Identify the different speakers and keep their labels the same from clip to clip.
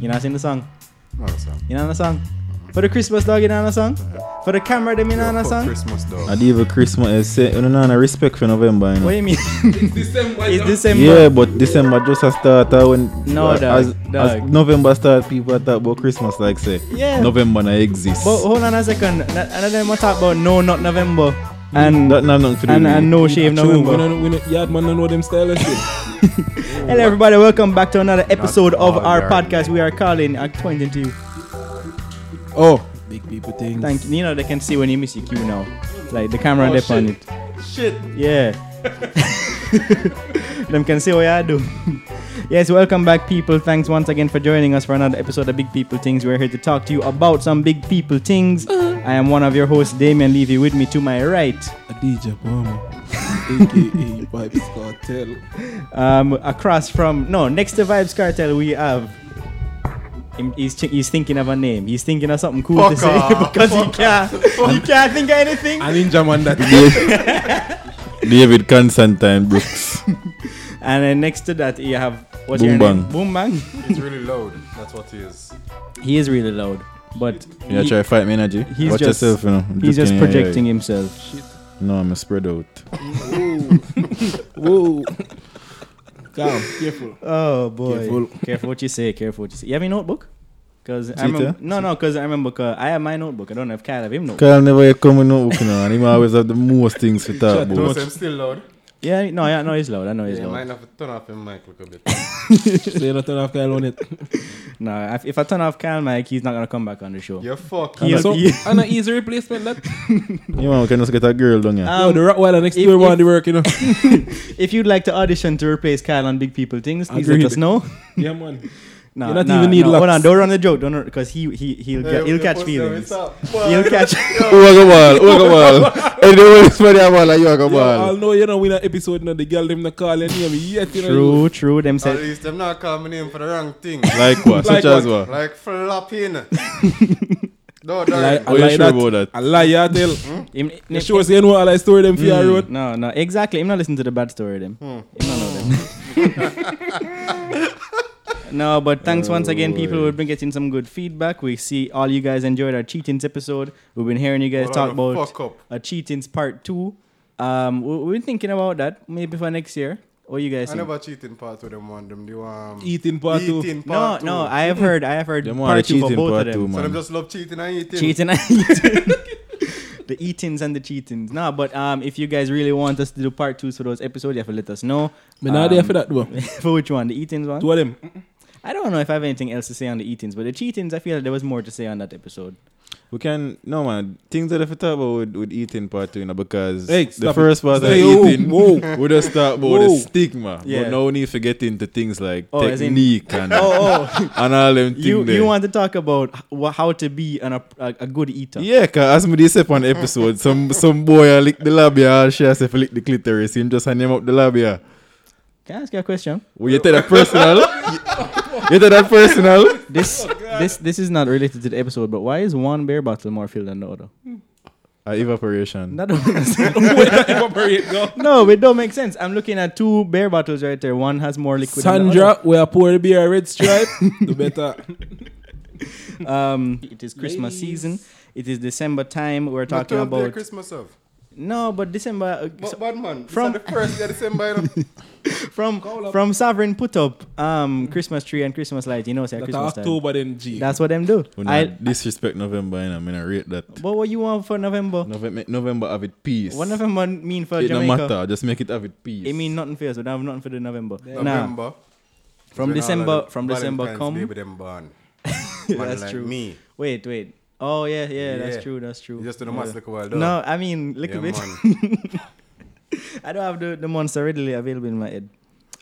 Speaker 1: You know, I sing the song.
Speaker 2: Not a song.
Speaker 1: You know the song. For the Christmas dog, you know the song. For the camera, them, you know the
Speaker 2: Fuck
Speaker 1: song.
Speaker 2: Christmas dog.
Speaker 3: I do even Christmas. eh, Say, no, no, no, respect for November. You know.
Speaker 1: What do you mean?
Speaker 4: December.
Speaker 1: it's December.
Speaker 3: Yeah, but December just a start uh, when
Speaker 1: No,
Speaker 3: as,
Speaker 1: dog,
Speaker 3: as,
Speaker 1: dog.
Speaker 3: as November start people talk about Christmas like say
Speaker 1: Yeah.
Speaker 3: November na exist.
Speaker 1: But oh, hold on a second. Na- Another time I talk about no, not November. And
Speaker 3: that not nothing to do
Speaker 1: and,
Speaker 3: with
Speaker 1: and
Speaker 3: it.
Speaker 1: no shave
Speaker 4: True, we
Speaker 1: November.
Speaker 4: don't, we don't, yeah, man, don't know them style and shit.
Speaker 1: Hello, everybody. Welcome back to another episode of
Speaker 2: all
Speaker 1: our
Speaker 2: yard.
Speaker 1: podcast. We are calling Acquainted to you.
Speaker 4: Oh, big people things.
Speaker 1: Thank you. You know, they can see when you miss your cue now. Like the camera
Speaker 4: Oh,
Speaker 1: dip on it.
Speaker 4: shit. Shit.
Speaker 1: Yeah. Them can see what I do. yes, welcome back, people. Thanks once again for joining us for another episode of Big People Things. We're here to talk to you about some big people things. I am one of your hosts, Damien Levy. With me to my right,
Speaker 4: Adija Palmer, aka Vibes Cartel.
Speaker 1: um, across from no, next to Vibes Cartel, we have. him- He's, thi- he's thinking of a name. He's thinking of something cool to
Speaker 2: Fuck
Speaker 1: say
Speaker 2: off.
Speaker 1: because he can't. He can't think of anything.
Speaker 4: I ninja man that.
Speaker 3: David Constantine Brooks.
Speaker 1: And then next to that, you have what's
Speaker 3: Boom
Speaker 1: your
Speaker 3: bang.
Speaker 1: name? Boom bang.
Speaker 2: It's really loud. That's what it is.
Speaker 1: He is really loud, but
Speaker 3: You
Speaker 1: he-
Speaker 3: try to fight me energy.
Speaker 1: he's
Speaker 3: Watch
Speaker 1: just-
Speaker 3: yourself, you know. I'm
Speaker 1: He's just
Speaker 3: kidding, yeah, yeah,
Speaker 1: projecting
Speaker 3: yeah.
Speaker 1: himself.
Speaker 3: No, I'm a spread out.
Speaker 4: Whoa. Calm, careful.
Speaker 1: Oh boy!
Speaker 4: Careful.
Speaker 1: Careful what you say. Careful what you say. You have a notebook? Cause I
Speaker 3: Cheetah?
Speaker 1: remember. No, no. Cause I remember. 'cause I have my notebook. I don't have Kyle have him notebook.
Speaker 3: Kyle never yet come with no book, you know, and he always have the most things to talk
Speaker 4: Chat
Speaker 2: No,
Speaker 3: about.
Speaker 2: so I'm still loud.
Speaker 1: Yeah. No. Yeah. No. He's loud. I know he's
Speaker 2: Yeah, you might
Speaker 1: loud.
Speaker 2: have to turn off your mic look a bit.
Speaker 4: so you don't turn off Kyle on it.
Speaker 1: No. If, if I turn off Kyle Mike, he's not gonna come back on the show.
Speaker 2: You're fucking.
Speaker 1: He'll
Speaker 4: so,
Speaker 1: be-
Speaker 4: and an easy replacement, lad.
Speaker 3: You know, we can just get a girl down
Speaker 1: Ah.
Speaker 3: here.
Speaker 4: Yo, the Rottweiler next
Speaker 1: Um, if-
Speaker 4: door
Speaker 1: if-
Speaker 4: want to work, you know.
Speaker 1: If you'd like to audition to replace Kyle on Big People Things, please let
Speaker 4: Agreed.
Speaker 1: us know.
Speaker 4: yeah, man.
Speaker 1: No.
Speaker 4: You not
Speaker 1: no,
Speaker 4: even need
Speaker 1: no. Hold
Speaker 4: locks.
Speaker 1: on. Don't run the joke. Don't because he he he'll
Speaker 2: Hey,
Speaker 1: get, he'll
Speaker 2: what
Speaker 1: catch
Speaker 2: the
Speaker 1: feelings.
Speaker 2: fuck is up?
Speaker 1: He'll catch.
Speaker 3: Uga ball, uga ball. And the way it's funny, I'm like, uga
Speaker 4: Yo, I'll
Speaker 3: ball.
Speaker 4: know you know we not episode now. The girl them not call your name yet, you know.
Speaker 1: True. True. Them
Speaker 2: At
Speaker 1: said.
Speaker 2: least I'm not calling my name for the wrong thing.
Speaker 3: Like what?
Speaker 4: Like
Speaker 3: Such as what?
Speaker 4: what?
Speaker 2: like flopping. no, darling.
Speaker 4: Like, I
Speaker 3: Oh, you
Speaker 4: like
Speaker 3: sure
Speaker 4: that.
Speaker 3: about that?
Speaker 4: I lie, you tell.
Speaker 1: him-
Speaker 4: The show say you know all I story them for your
Speaker 1: Hmm.
Speaker 4: road.
Speaker 1: No, no, exactly. I'm not listening to the bad story them.
Speaker 2: Hmm.
Speaker 1: Him not know them. no, but thanks once again, people. We've been getting some good feedback. We see all you guys enjoyed our cheatings episode. We've been hearing you guys
Speaker 2: Hold
Speaker 1: talk
Speaker 2: on,
Speaker 1: about
Speaker 2: Fuck up.
Speaker 1: a cheatings part two. Um, we, we've been thinking about that maybe for next year. What you guys
Speaker 2: I
Speaker 1: think?
Speaker 2: never cheating part with them one. Them do um.
Speaker 4: Eating part two.
Speaker 2: Eating
Speaker 1: No,
Speaker 2: part two.
Speaker 1: no, I have heard, I have heard
Speaker 3: Them
Speaker 1: part
Speaker 3: want
Speaker 1: two for
Speaker 3: cheating
Speaker 1: both
Speaker 3: part
Speaker 1: of
Speaker 3: two,
Speaker 1: them.
Speaker 2: So them
Speaker 3: man.
Speaker 2: just love cheating and eating.
Speaker 1: Cheating and eating. the eatings and the cheatings. No, but um, if you guys really want us to do part two for those episodes, you have to let us know.
Speaker 4: Me not there
Speaker 1: Um,
Speaker 4: for that, though.
Speaker 1: for which one? The eatings one?
Speaker 4: Two of them.
Speaker 1: I don't know if I have anything else to say on the eatings, but the cheatings, I feel like there was more to say on that episode.
Speaker 3: We can no man. Things that if we talk about with, with eating part two, you know, because
Speaker 4: Hey,
Speaker 3: the
Speaker 4: stop
Speaker 3: first part of
Speaker 4: Stay- oh,
Speaker 3: eating,
Speaker 4: whoa.
Speaker 3: we just talk about
Speaker 4: Whoa.
Speaker 3: the stigma.
Speaker 1: Yeah.
Speaker 3: But now we need to get into things like
Speaker 1: Oh, as in-
Speaker 3: technique and,
Speaker 1: Oh, oh.
Speaker 3: and all them things.
Speaker 1: you
Speaker 3: there.
Speaker 1: you want to talk about h- wha- how to be an, a, a a good eater?
Speaker 3: Yeah, cause as me this on episode, some some boy a lick the labia, she has to lick the clitoris. Him just hand him up the labia.
Speaker 1: Can I ask you a question?
Speaker 3: Well, you take that personal. you take that personal.
Speaker 1: This this this is not related to the episode, but why is one beer bottle more filled than the other?
Speaker 3: Uh, evaporation.
Speaker 1: That don't-
Speaker 4: Where that evaporate go?
Speaker 1: no, it don't make sense. I'm looking at two beer bottles right there. One has more liquid. than the
Speaker 4: Sandra, we are pour the beer red stripe. the better.
Speaker 1: other. um, it is Christmas
Speaker 4: Ladies.
Speaker 1: season. It is December time. We're
Speaker 2: Not
Speaker 1: talking
Speaker 2: to update
Speaker 1: about
Speaker 2: Christmas of.
Speaker 1: no, but December. uh, so-
Speaker 2: But bad man.
Speaker 1: from-
Speaker 2: From the first day of December. you know.
Speaker 1: from from sovereign put up um Christmas tree and Christmas light. You know, say
Speaker 4: That
Speaker 1: Christmas time.
Speaker 4: October then G.
Speaker 1: That's what them do.
Speaker 3: We
Speaker 1: I.
Speaker 3: not disrespect November, and I mean I rate that.
Speaker 1: But what you want for November?
Speaker 3: November, November have it peace.
Speaker 1: What November mean for
Speaker 3: it no
Speaker 1: Jamaica?
Speaker 3: matter. Just make it have it peace.
Speaker 1: It mean nothing for us. We don't have nothing for the November. Nah,
Speaker 2: November.
Speaker 1: from
Speaker 2: When all
Speaker 1: December,
Speaker 2: of the
Speaker 1: from December
Speaker 2: Valentine's Day
Speaker 1: come.
Speaker 2: with them born. Man
Speaker 1: that's
Speaker 2: like
Speaker 1: true.
Speaker 2: Me.
Speaker 1: Wait, wait. Oh yeah, yeah, that's
Speaker 2: Yeah.
Speaker 1: true. That's true.
Speaker 2: You just do the
Speaker 1: Yeah.
Speaker 2: mass look while
Speaker 1: No, I mean look
Speaker 2: Yeah,
Speaker 1: a bit.
Speaker 2: man.
Speaker 1: I don't have the, the monster readily available in my head.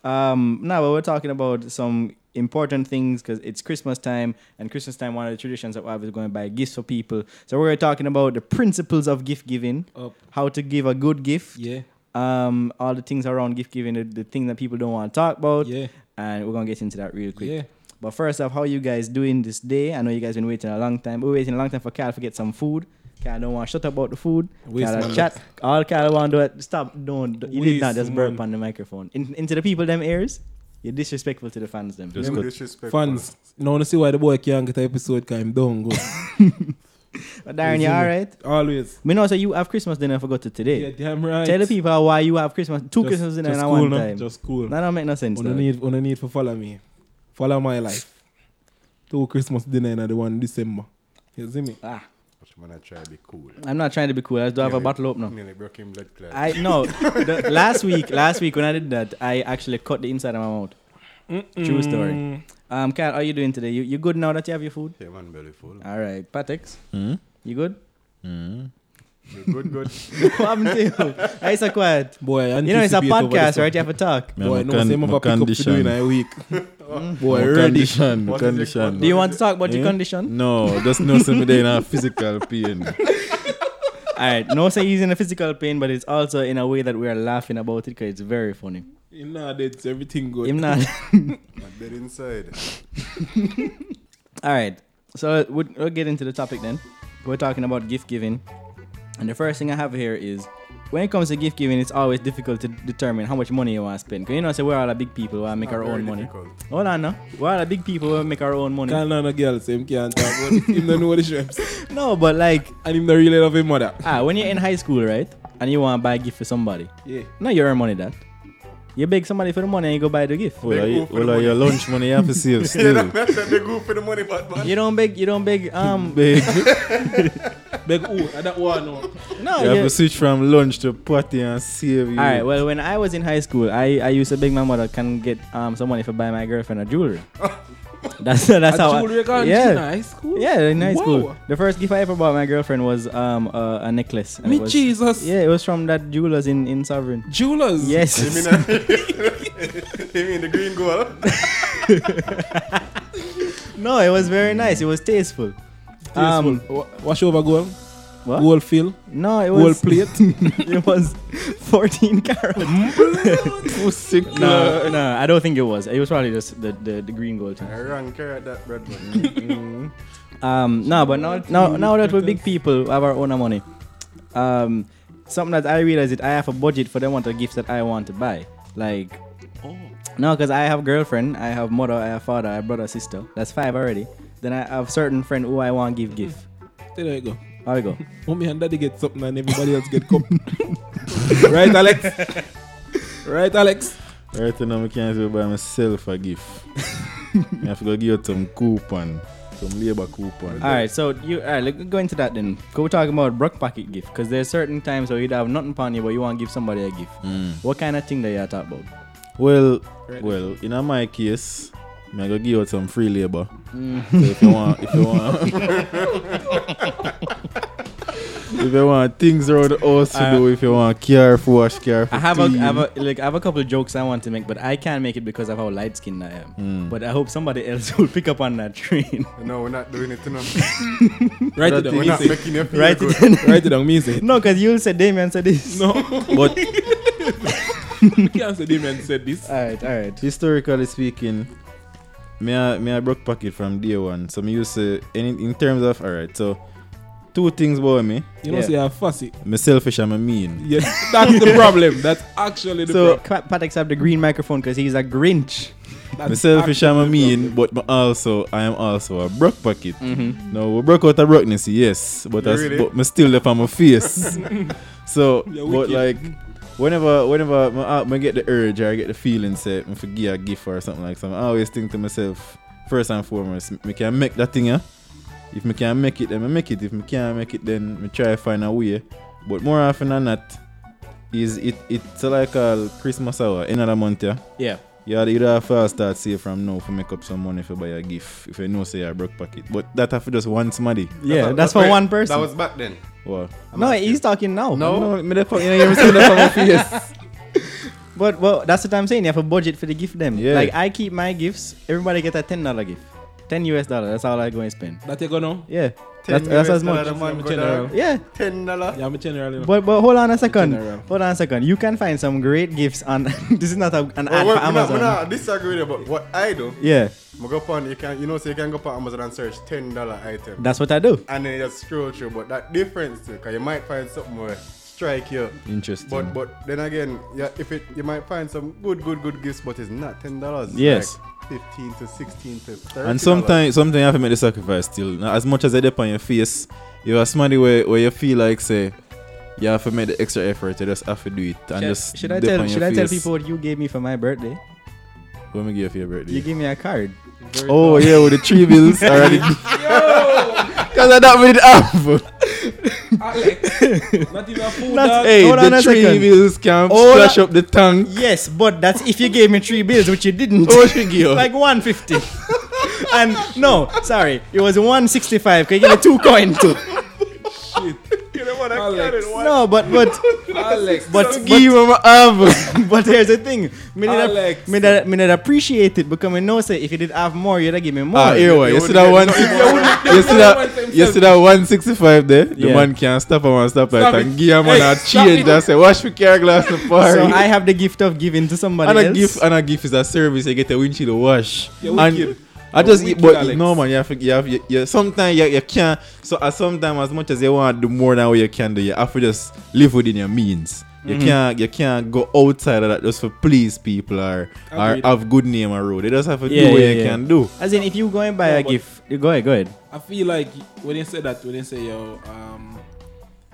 Speaker 1: Um, now, but we're talking about some important things because it's Christmas time, and Christmas time, one of the traditions that we have is going to buy gifts for people. So we're talking about the principles of gift giving,
Speaker 4: Up.
Speaker 1: how to give a good gift,
Speaker 4: Yeah.
Speaker 1: um, all the things around gift giving, the, the thing that people don't want to talk about,
Speaker 4: Yeah.
Speaker 1: and we're gonna get into that real quick.
Speaker 4: Yeah.
Speaker 1: But first off, how you guys doing this day? I know you guys been waiting a long time. We're waiting a long time for Cal to get some food. Cal don't want to shut up about the food.
Speaker 4: Waste
Speaker 1: Cal a
Speaker 4: man.
Speaker 1: chat. All Cal want to do it. Stop. Don't. You did
Speaker 4: Waste
Speaker 1: not just burp
Speaker 4: man.
Speaker 1: on the microphone. In, into the people them ears. You're disrespectful to the fans, them.
Speaker 3: Just
Speaker 2: Them
Speaker 3: cut.
Speaker 2: disrespectful.
Speaker 4: Fans, now wanna see why the boy can't get an episode because I'm down. Go.
Speaker 1: But Darren, you all right?
Speaker 4: Always.
Speaker 1: We know, so you have Christmas dinner for go to today.
Speaker 4: Yeah, damn right.
Speaker 1: Tell the people why you have Christmas, two
Speaker 4: Just-
Speaker 1: Christmas dinner
Speaker 4: just
Speaker 1: and
Speaker 4: cool,
Speaker 1: one
Speaker 4: no?
Speaker 1: time.
Speaker 4: Just cool.
Speaker 1: That don't make no sense.
Speaker 4: On the
Speaker 1: dog.
Speaker 4: need, on the need for follow me, follow my life. Two Christmas dinner and the one December. You see me?
Speaker 1: Ah,
Speaker 2: But I'm gonna try to be cool.
Speaker 1: I'm not trying to be cool. I just don't have a
Speaker 2: Yeah.
Speaker 1: bottle opener.
Speaker 2: Nearly broke him blood clot.
Speaker 1: I no. the, last week, last week when I did that, I actually cut the inside of my mouth. True story. Um, Kyle, how you doing today? You you good now that you have your food?
Speaker 2: Yeah, man, belly full.
Speaker 1: All right, Patex,
Speaker 3: Hmm?
Speaker 1: you good?
Speaker 3: Hmm?
Speaker 2: You good, good.
Speaker 1: what happened to you? Why you so quiet?
Speaker 4: Boy, I
Speaker 1: You know it's a
Speaker 4: anticipate over the
Speaker 1: podcast,
Speaker 4: summer.
Speaker 1: right? You have to talk.
Speaker 3: Me have
Speaker 4: Boy,
Speaker 3: a
Speaker 4: no,
Speaker 3: con-
Speaker 4: same
Speaker 3: my
Speaker 4: have a pickup to do in
Speaker 3: condition.
Speaker 4: a week.
Speaker 1: Mm.
Speaker 2: Oh,
Speaker 3: My
Speaker 4: Boy, ready.
Speaker 3: condition, my
Speaker 2: What is it
Speaker 3: condition.
Speaker 2: called?
Speaker 1: Do you want to talk about your
Speaker 3: Eh?
Speaker 1: condition?
Speaker 3: No, just no some day in a physical pain.
Speaker 1: All right, no say he's in a physical pain, but it's also in a way that we are laughing about it because it's very funny.
Speaker 4: You know, that's everything good.
Speaker 1: Him not.
Speaker 2: I'm dead inside.
Speaker 1: All right. So we'll, we'll get into the topic then. We're talking about gift giving. And the first thing I have here is when it comes to gift giving, it's always difficult to determine how much money you want to spend. Because you know, say we're all a big people, we want to make
Speaker 2: Not
Speaker 1: our
Speaker 2: very
Speaker 1: own money.
Speaker 2: difficult.
Speaker 1: Hold on now. We're all a big people, we wanna make our own money.
Speaker 4: Can't learn a girl, same can't talk about it. Him don't know the shrimps.
Speaker 1: No, but like,
Speaker 4: And him don't really love his mother.
Speaker 1: ah, when you're in high school, right? And you want to buy a gift for somebody.
Speaker 4: Yeah.
Speaker 1: No, you earn money that. You beg somebody for the money and you go buy the gift.
Speaker 3: Well,
Speaker 2: Big
Speaker 3: are you,
Speaker 2: move for the
Speaker 3: well are
Speaker 2: money.
Speaker 3: your lunch money you have to save
Speaker 2: You
Speaker 3: still.
Speaker 2: know, that's a big goof for the money, but man.
Speaker 1: You don't beg, you don't beg, um,
Speaker 3: Big.
Speaker 4: Beg, oh, I don't want no.
Speaker 1: no,
Speaker 3: you have
Speaker 1: you-
Speaker 3: to switch from lunch to party and save you.
Speaker 1: All right. Well, when I was in high school, I, I used to beg my mother can get um someone if I buy my girlfriend a jewelry. that's that's how. I, yeah.
Speaker 4: high school?
Speaker 1: Yeah, in high
Speaker 4: Wow.
Speaker 1: school. The first gift I ever bought my girlfriend was um uh, a necklace. and
Speaker 4: Me
Speaker 1: it was-
Speaker 4: Jesus.
Speaker 1: Yeah, it was from that jewelers in in Sovereign.
Speaker 4: Jewelers.
Speaker 1: Yes.
Speaker 2: You mean, uh, you mean the green goal?
Speaker 1: no, it was very nice. It was tasteful. Um,
Speaker 4: Tasteful. Wa- Wash over goal.
Speaker 1: What?
Speaker 4: Goal fill.
Speaker 1: No, it
Speaker 4: Goal
Speaker 1: was
Speaker 4: plate.
Speaker 1: it was 14 carats. no, no, I don't think it was. It was probably just the the, the green gold. thing.
Speaker 2: I ran care at that bread man.
Speaker 1: Um, no, but now, now, now that we're big people, we have our own money. Um, something that I realize that I have a budget for the amount of gifts that I want to buy. Like, no, because I have girlfriend, I have mother, I have father, I have brother, sister. That's five already. Then I have certain friend who I want give gift.
Speaker 4: there you go.
Speaker 1: How we go?
Speaker 4: Mommy and daddy get something and everybody else get cup. right, Alex? Right, Alex?
Speaker 3: Right now, I can't even buy myself a gift. I have to go give out some coupon, some labor coupon.
Speaker 1: All right, so you all right? Let's go into that then. Cause we're talking about broke pocket gift. Cause there's certain times where you don't have nothing upon you, but you want to give somebody a gift. What kind of thing that you talk about?
Speaker 3: Well, well, in a my case, I'm gonna give out some free labor.
Speaker 1: Mm.
Speaker 3: So if you want, if you want, if you want things around the house to
Speaker 1: Uh,
Speaker 3: do, if you want care for wash, care for
Speaker 1: I have a, I
Speaker 3: clean.
Speaker 1: have a like I have a couple of jokes I want to make, but I can't make it because of how light skinned I am. But I hope somebody else will pick up on that train.
Speaker 2: No, we're not doing it enough.
Speaker 4: Write it down.
Speaker 2: We're
Speaker 4: Me
Speaker 2: not
Speaker 4: say.
Speaker 2: making you feel
Speaker 1: right?
Speaker 2: good.
Speaker 4: Write it down. Me say.
Speaker 1: no, because you'll say Damien said this.
Speaker 4: No.
Speaker 3: but
Speaker 4: You can't say them and said this.
Speaker 1: All right, all right.
Speaker 3: historically speaking, me a, me a broke pocket from day one. So me used to in, in terms of all right. So two things about me:
Speaker 4: You know,
Speaker 1: Yeah.
Speaker 4: say I'm fussy.
Speaker 3: me selfish and me mean.
Speaker 4: Yes, that's the problem. That's actually the
Speaker 1: So
Speaker 4: problem.
Speaker 1: Pat- Patek have the green microphone because he's a Grinch.
Speaker 4: That's
Speaker 3: Me selfish and me
Speaker 4: actually the
Speaker 3: mean, but me also I am also a broke pocket.
Speaker 1: Mm-hmm.
Speaker 3: No, we broke out of brokeness, yes, but I,
Speaker 2: Really?
Speaker 3: but me still left on my face. so,
Speaker 4: You're
Speaker 3: but
Speaker 4: wicked.
Speaker 3: like, whenever whenever me, uh, me get the urge or I get the feeling, say, me forgive a gift or something like something, I always think to myself, first and foremost, me can make that thing, yeah. If me can make it, then me make it. If me can't make it, then me try find a way. But more often than not, is it it's like a Christmas hour, end of the month, yeah.
Speaker 1: Yeah.
Speaker 3: You had either have to start save from now for make up some money for buy a gift. If you know say you're broke pocket. But that have to just one somebody.
Speaker 1: Yeah, that's,
Speaker 2: wait,
Speaker 1: for one person.
Speaker 2: That was back then.
Speaker 3: Wow.
Speaker 1: no, he's talking now.
Speaker 3: No, me the fuck, you know, you still left on my face.
Speaker 1: But well, that's what I'm saying. You have a budget for the gift them.
Speaker 3: Yeah.
Speaker 1: Like I keep my gifts. Everybody get a ten dollar gift, ten US dollar. That's all I go and spend.
Speaker 4: problem. That you gonna?
Speaker 1: Yeah.
Speaker 2: Ten
Speaker 1: That's, that's
Speaker 2: US
Speaker 1: as much.
Speaker 2: dollar, man,
Speaker 4: Yeah,
Speaker 2: go
Speaker 4: general.
Speaker 2: down.
Speaker 1: Yeah.
Speaker 2: Ten dollar.
Speaker 4: Yeah, I'm a general. You know.
Speaker 1: But but hold on a second.
Speaker 4: general.
Speaker 1: Hold on a second. You can find some great gifts on. this is not a, an
Speaker 3: Ah,
Speaker 2: Well,
Speaker 1: ad
Speaker 2: well,
Speaker 1: for Amazon.
Speaker 2: we not- we not disagree with you, but what I do,
Speaker 1: Yeah,
Speaker 2: I go up on you can you know so you can go up on Amazon and search ten dollar item.
Speaker 1: that's what I do.
Speaker 2: and then you just scroll through, but that difference because you might find something where strike you.
Speaker 3: Interesting.
Speaker 2: But but then again, yeah, if it you might find some good good good gifts, but it's not ten dollars.
Speaker 3: Yes.
Speaker 2: like fifteen to sixteen to thirty.
Speaker 3: and sometimes sometimes you have to make the sacrifice still. Now, as much as I dip on your face, you are somebody where, where you feel like say you have to make the extra effort, you just have to do it. And just
Speaker 1: Should, should I
Speaker 3: dip
Speaker 1: tell
Speaker 3: on your
Speaker 1: should I tell
Speaker 3: face.
Speaker 1: people what you gave me for my birthday?
Speaker 3: when we give you your birthday?
Speaker 1: You gave me a card.
Speaker 3: oh yeah, with the three bills already. Cause I don't really have
Speaker 4: Not even a
Speaker 1: That's-
Speaker 4: food dog.
Speaker 3: Hey,
Speaker 1: Hold on
Speaker 3: the
Speaker 1: a
Speaker 3: three
Speaker 1: second.
Speaker 3: bills can
Speaker 1: Hold
Speaker 3: splash
Speaker 1: on.
Speaker 3: up the tongue.
Speaker 1: Yes, but that's if you gave me three bills, which you didn't.
Speaker 3: Oh, she give you.
Speaker 1: like 150. and no, sorry, it was 165. Can you give me two coins?
Speaker 4: Alex,
Speaker 1: no, but but
Speaker 4: Alex,
Speaker 1: but
Speaker 3: Give
Speaker 1: but,
Speaker 3: him have.
Speaker 1: but here's the thing. Me
Speaker 4: Alex.
Speaker 1: did me did me did appreciate it because me know say if you did have more, you'd have give me more.
Speaker 3: Ah, here one. You see that one? You see that? You see that one sixty-five there? The
Speaker 1: Yeah.
Speaker 3: man can't stop and stop
Speaker 4: Stop
Speaker 3: like
Speaker 4: it.
Speaker 3: and give him
Speaker 4: Hey,
Speaker 3: a
Speaker 4: stop
Speaker 3: change.
Speaker 4: it.
Speaker 3: That say, wash your car glass the party.
Speaker 1: so I have the gift of giving to somebody
Speaker 3: and a
Speaker 1: else.
Speaker 3: gift uh, and a gift is a service you get a windshield wash.
Speaker 4: You're
Speaker 3: and
Speaker 4: wicked.
Speaker 3: I just
Speaker 4: You're
Speaker 3: but
Speaker 4: wicked, Alex.
Speaker 3: no man, you have to- you have you, you sometimes you, you can't so as sometimes as much as you want to do more than what you can do, you have to just live within your means. You
Speaker 1: Mm-hmm.
Speaker 3: can't you can't go outside of that just for please people or
Speaker 4: Agreed.
Speaker 3: or have good name on road. You just have to
Speaker 1: Yeah,
Speaker 3: do what
Speaker 1: yeah,
Speaker 3: you
Speaker 1: yeah.
Speaker 3: can do.
Speaker 1: As in, if you go and buy
Speaker 4: No,
Speaker 1: a
Speaker 4: but-
Speaker 1: gift, you go ahead, go ahead.
Speaker 4: I feel like when they say that, when they say yo, um,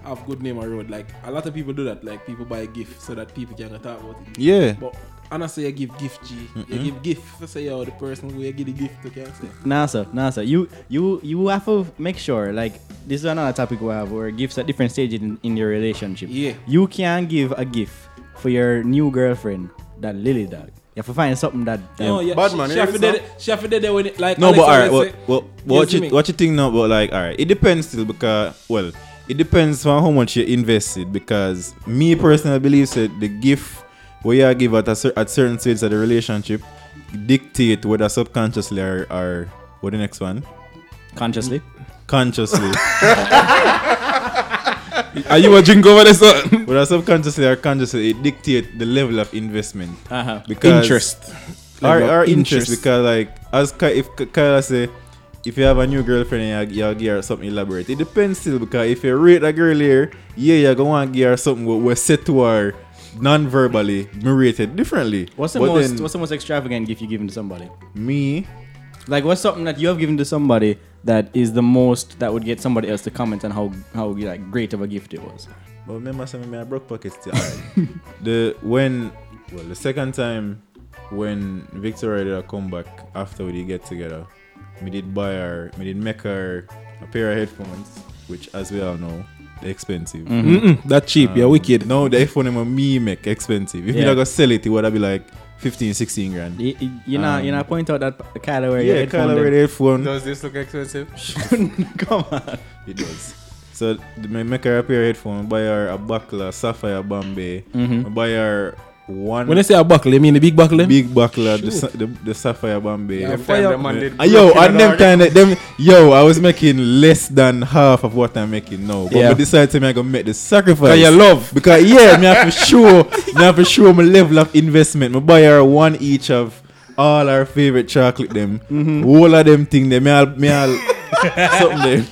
Speaker 4: have good name on road, like a lot of people do that. Like people buy a gift so that people can talk about it.
Speaker 3: Yeah.
Speaker 4: But honestly, you give gift G. You give gift. So say yo, the person who you give the gift to can say.
Speaker 1: Nah, sir, nah, sir. You you you have to make sure like this is another topic we have where gifts at different stages in, in your relationship.
Speaker 4: Yeah.
Speaker 1: You can give a gift for your new girlfriend that Lily dog. You have to find something that, um, that
Speaker 4: No, Oh, yeah,
Speaker 2: bad
Speaker 4: she-
Speaker 2: man,
Speaker 4: She
Speaker 2: you
Speaker 4: have to
Speaker 2: hear
Speaker 4: do that- she have to do that when it like.
Speaker 3: No,
Speaker 4: Alex
Speaker 3: but alright,
Speaker 4: always
Speaker 3: well, well,
Speaker 4: say, you
Speaker 3: what
Speaker 4: see
Speaker 3: you
Speaker 4: me?
Speaker 3: what you think now? But like, alright, it depends still because well, it depends on how much you invested. Because me personally believe that the gift where you give at a cer- at certain stages of the relationship dictate whether subconsciously or, or what the next one
Speaker 1: consciously.
Speaker 3: consciously
Speaker 4: Are you a drink over this? Because
Speaker 3: whether subconsciously or consciously it dtate the level of investment
Speaker 4: Ah. Mm-hmm.
Speaker 1: Uh-huh.
Speaker 3: because or,
Speaker 4: Level
Speaker 3: or interest
Speaker 4: of interest.
Speaker 3: because like as Ka- if Ka- Kyle say if you have a new girlfriend and you, you give her something elaborate it depends still because if you rate a girl here yeah you're gonna want to give her something what was said to her non-verbally me rate it differently
Speaker 1: What's the
Speaker 3: But
Speaker 1: most
Speaker 3: then
Speaker 1: what's the most extravagant gift you've given to somebody?
Speaker 3: me
Speaker 1: Like what's something that you have given to somebody that is the most that would get somebody else to comment on how how like great of a gift it was.
Speaker 3: but remember something me I broke pockets still the when well the second time when Victoria did a comeback after we did get together we did buy her we did make her a pair of headphones which as we all know they're expensive Um,
Speaker 4: Mm-mm, that cheap, you're Mm, wicked.
Speaker 3: Uh, No, the iPhone I'm a me make expensive. If
Speaker 1: Yeah.
Speaker 3: me not gonna sell it, it would have be like 15, 16 grand.
Speaker 1: You, you, you know, you know, point out that Kyler where your
Speaker 3: Yeah,
Speaker 1: headphone
Speaker 3: Kyle
Speaker 1: them.
Speaker 3: already iPhone.
Speaker 2: Does this look expensive?
Speaker 1: Come on.
Speaker 3: It does. So th- me make her a pair of headphones, buy her a buckler, sapphire Bombay, I buy her one
Speaker 4: When I say a buckle, you mean the big buckle?
Speaker 3: big buckler, the, sa- the, the sapphire Bombay.
Speaker 2: Them
Speaker 4: fire
Speaker 2: time the
Speaker 4: up.
Speaker 2: man did
Speaker 3: Ah, yo,
Speaker 2: broken
Speaker 3: and them
Speaker 2: order.
Speaker 3: kind of them. Yo, I was making less than half of what I'm making now, but
Speaker 1: Yeah.
Speaker 3: I decided to me I gonna make the sacrifice.
Speaker 4: Cause you love.
Speaker 3: because yeah, me have to show, me have to show my level of investment. Me buy her one each of all our favorite chocolate them.
Speaker 4: Mm-hmm.
Speaker 3: All of them thing them. Me all, me all something there.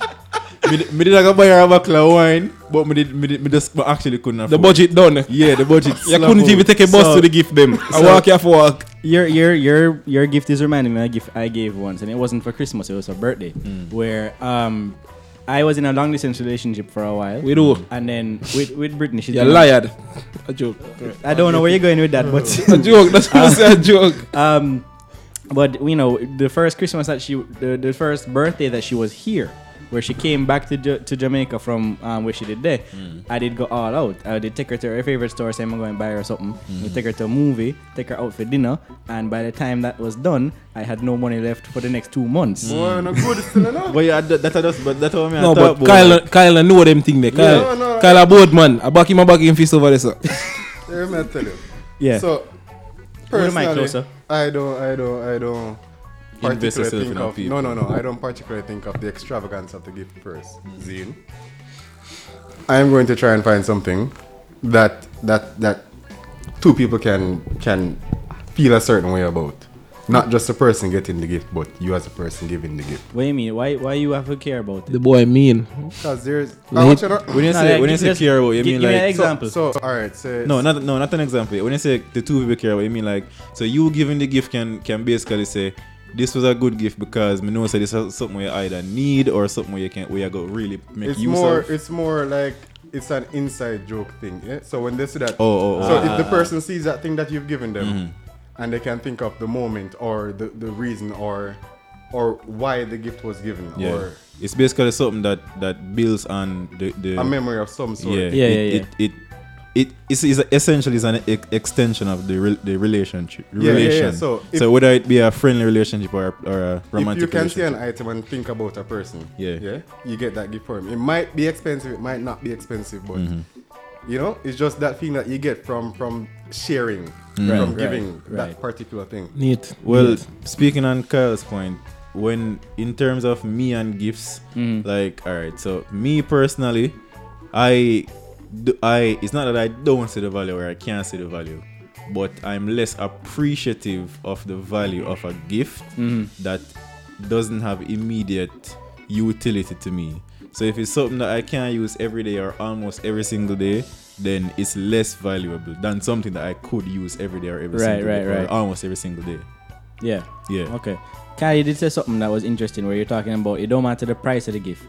Speaker 3: Me, di- me did go buy her a bottle of wine, but me did, me, did, me just me actually couldn't afford.
Speaker 4: The budget done.
Speaker 3: it. Yeah, the budget.
Speaker 4: You
Speaker 3: slap
Speaker 4: couldn't
Speaker 3: out.
Speaker 4: even take a bus
Speaker 3: So-
Speaker 4: to the gift them. I
Speaker 3: so-
Speaker 4: walk here for walk.
Speaker 1: Your your your your gift is reminding me of a gift I gave once, and it wasn't for Christmas; it was for birthday. Where um, I was in a long distance relationship for a while,
Speaker 4: We do.
Speaker 2: Hmm.
Speaker 1: and then with with Brittany, she's
Speaker 4: You're
Speaker 1: been-
Speaker 4: liar. A joke.
Speaker 1: I don't know where you're going with that, but
Speaker 4: A joke. That's
Speaker 2: Ah.
Speaker 4: what I say. A joke.
Speaker 1: um, but you know, the first Christmas that she, the, the first birthday that she was here, where she came back to Ja- to Jamaica from um, where she did there,
Speaker 3: Mm.
Speaker 1: I did go all out. I did take her to her favorite store, say I'm going to buy her something.
Speaker 3: Mm.
Speaker 1: We take her to a movie, take her out for dinner, and by the time that was done, I had no money left for the next two months.
Speaker 3: Mm.
Speaker 2: Boy, no good still enough.
Speaker 3: But yeah, that, that I just, but that's what me I
Speaker 4: No,
Speaker 3: thought
Speaker 4: but
Speaker 3: about.
Speaker 4: Kyle, Kyle know them thing there. Kyle,
Speaker 2: No, no, no.
Speaker 4: Kyle a board man. I back him, I back him fist over there, sir.
Speaker 2: Let me tell you.
Speaker 1: Yeah.
Speaker 2: So,
Speaker 1: Hold the mic
Speaker 2: personally,
Speaker 1: closer.
Speaker 2: I don't, I don't, I don't.
Speaker 3: Invest
Speaker 2: particularly
Speaker 3: yourself
Speaker 2: think
Speaker 3: in
Speaker 2: of,
Speaker 3: people.
Speaker 2: no, no, no. I don't particularly think of the extravagance of the gift purse, Zine. I am going to try and find something that that that two people can can feel a certain way about. Not just the person getting the gift, but you as a person giving the gift.
Speaker 1: What do you mean? Why why you have to care about it?
Speaker 4: The boy mean.
Speaker 2: Because there's. I
Speaker 4: Like-
Speaker 2: want you to-
Speaker 3: When you
Speaker 1: No,
Speaker 3: say
Speaker 1: like,
Speaker 3: when you
Speaker 1: give-
Speaker 3: say
Speaker 1: just
Speaker 3: care about, you
Speaker 1: gi-
Speaker 3: mean
Speaker 1: give me an
Speaker 3: like
Speaker 1: ex- Example.
Speaker 2: So, so all right. So
Speaker 3: no, not no, not an example. When you say the two people care about, you mean like so you giving the gift can can basically say this was a good gift because me know say this is something you either need or something where you can where you go really make
Speaker 2: it's
Speaker 3: use
Speaker 2: more.
Speaker 3: of.
Speaker 2: It's more like it's an inside joke thing. Yeah? So when they see that,
Speaker 3: Oh, oh,
Speaker 2: so
Speaker 3: oh. Mm-hmm.
Speaker 2: if the person sees that thing that you've given them, and they can think of the moment or the, the reason or or why the gift was given
Speaker 3: yeah.
Speaker 2: or
Speaker 3: it's basically something that that builds on the the
Speaker 2: a memory of some sort.
Speaker 3: yeah,
Speaker 1: Yeah,
Speaker 3: it,
Speaker 1: yeah,
Speaker 3: It, it, it, it's, it's essentially is an e- extension of the re- the relationship.
Speaker 2: Yeah, yeah, yeah.
Speaker 3: relation.
Speaker 2: So if-
Speaker 3: whether it be a friendly relationship or, a- or a
Speaker 2: If
Speaker 3: romantic
Speaker 2: you can see
Speaker 3: relationship,
Speaker 2: an item and think about a person,
Speaker 3: Yeah.
Speaker 2: yeah, you get that gift for him. It might be expensive, it might not be expensive, but
Speaker 3: Mm-hmm.
Speaker 2: you know, it's just that thing that you get from from sharing,
Speaker 3: Right,
Speaker 2: from
Speaker 3: Mm-hmm. right,
Speaker 2: giving
Speaker 1: right.
Speaker 2: that particular thing.
Speaker 4: Neat.
Speaker 3: well,
Speaker 4: Neat.
Speaker 3: speaking on Kyle's point, when in terms of me and gifts,
Speaker 1: Mm-hmm.
Speaker 3: like all right, so me personally, I, do, I it's not that I don't see the value or I can't see the value, but I'm less appreciative of the value of a gift
Speaker 1: Mm-hmm.
Speaker 3: that doesn't have immediate utility to me. So if it's something that I can't use every day or almost every single day, then it's less valuable than something that I could use every day or every
Speaker 1: Right,
Speaker 3: single
Speaker 1: right,
Speaker 3: day
Speaker 1: right.
Speaker 3: or almost every single day.
Speaker 1: Yeah.
Speaker 3: Yeah.
Speaker 1: Okay. Kai, you did say something that was interesting where you're talking about it don't matter the price of the gift.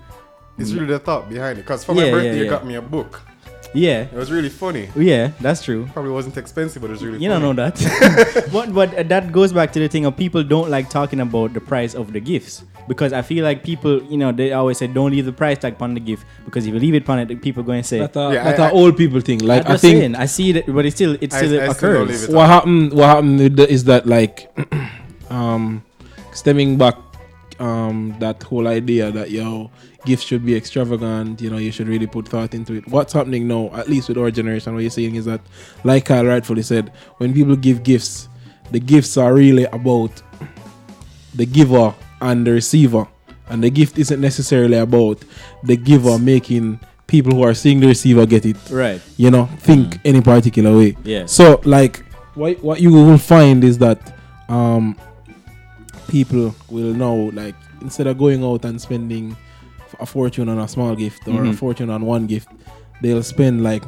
Speaker 2: It's really the thought behind it. Because for
Speaker 1: Mm. Yeah,
Speaker 2: my
Speaker 1: yeah,
Speaker 2: birthday, you
Speaker 1: yeah.
Speaker 2: got me a book.
Speaker 1: Yeah.
Speaker 2: It was really funny.
Speaker 1: Yeah, that's true.
Speaker 2: Probably wasn't expensive, but it was really
Speaker 1: You don't know
Speaker 2: funny.
Speaker 1: that. but but that goes back to the thing of people don't like talking about the price of the gifts because I feel like people, you know, they always say don't leave the price tag on the gift because if you leave it on it, people going to say.
Speaker 4: That's a,
Speaker 2: Yeah,
Speaker 4: that's
Speaker 2: I-
Speaker 4: a old people thing. Like
Speaker 1: I'm
Speaker 4: I
Speaker 1: just
Speaker 4: think
Speaker 1: saying, I see it, but it still it
Speaker 2: I-
Speaker 1: still
Speaker 2: I still don't
Speaker 1: occurs.
Speaker 2: leave it.
Speaker 4: what happened what happened with the- is that like um stemming back um that whole idea that yo gifts should be extravagant you know you should really put thought into it what's happening now at least with our generation what you're saying is that like Kyle rightfully said when people give gifts the gifts are really about the giver and the receiver and the gift isn't necessarily about the giver making people who are seeing the receiver get it
Speaker 1: Right.
Speaker 4: you know think any particular way
Speaker 1: Mm. Yeah.
Speaker 4: so like what what you will find is that um people will know like instead of going out and spending f- a fortune on a small gift or a
Speaker 1: Mhm.
Speaker 4: fortune on one gift, they'll spend like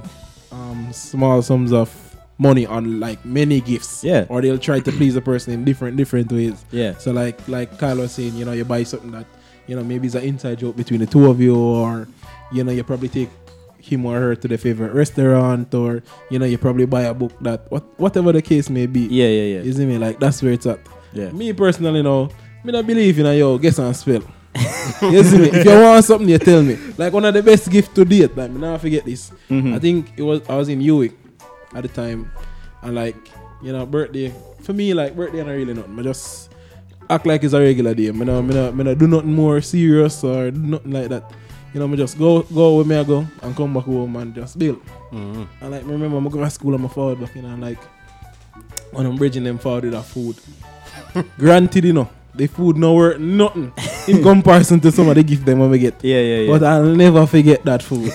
Speaker 4: um small sums of money on like many gifts.
Speaker 1: Yeah.
Speaker 4: Or they'll try to please the person in different different ways.
Speaker 1: Yeah.
Speaker 4: So like like Kyle was saying, you know, you buy something that you know maybe it's an inside joke between the two of you, or you know you probably take him or her to the favorite restaurant, or you know you probably buy a book that what whatever the case may be.
Speaker 1: Yeah, yeah, yeah.
Speaker 4: Isn't me like that's where it's at.
Speaker 1: Yeah.
Speaker 4: Me personally now, me not believe in a yo guess and spell. you see me? If you want something, you tell me. Like one of the best gift to date. Like me never forget this.
Speaker 1: Mhm.
Speaker 4: I think it was I was in Uwick at the time, and like you know birthday for me like birthday not really nothing. I just act like it's a regular day. Me not, me not, me not do nothing more serious or do nothing like that. You know, me just go go where me I go and come back home and just build. And like me remember, I'm going to school and my forward back in and like when I'm bridging them forward with that food. Granted, you know, the food no worth nothing in comparison to some of the gift them when we get.
Speaker 1: Yeah, yeah, yeah.
Speaker 4: But I'll never forget that food.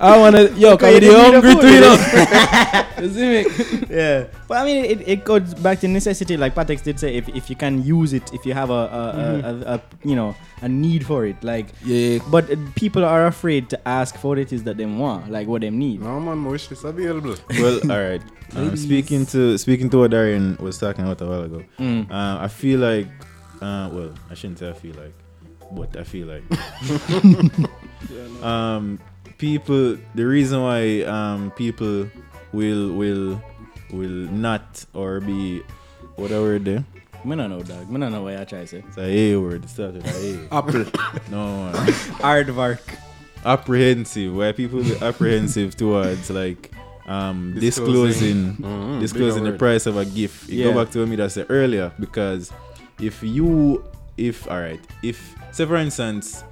Speaker 4: I wanna yo,
Speaker 1: Because you
Speaker 4: cause you
Speaker 1: didn't need the
Speaker 4: hungry
Speaker 1: food,
Speaker 4: too, you
Speaker 1: you
Speaker 4: know. you see me?
Speaker 1: yeah. But I mean, it, it goes back to necessity. Like Patex did say, if, if you can use it, if you have a, a,
Speaker 2: Mm-hmm.
Speaker 1: a, a, a you know a need for it, like.
Speaker 4: Yeah,
Speaker 1: But uh, people are afraid to ask for what it is that they want, like what they need.
Speaker 2: No, man, my wish list available.
Speaker 3: well, all right. Um, speaking to speaking to what Darren was talking about a while ago,
Speaker 1: Mm.
Speaker 3: uh, I feel like, uh, well, I shouldn't say I feel like, but I feel like, um, people. The reason why um people will will will not or be whatever they
Speaker 1: Me no know, dog. Me no know what I try to say.
Speaker 3: it's a a word. It started a a.
Speaker 4: Apple.
Speaker 3: No. man.
Speaker 1: Aardvark.
Speaker 3: apprehensive where people be apprehensive towards like um disclosing disclosing,
Speaker 2: Mhm, bigger
Speaker 3: the
Speaker 2: word.
Speaker 3: price of a gift you
Speaker 1: Mm-hmm. Yeah.
Speaker 3: go back to what me that said earlier because if you if all right if say for instance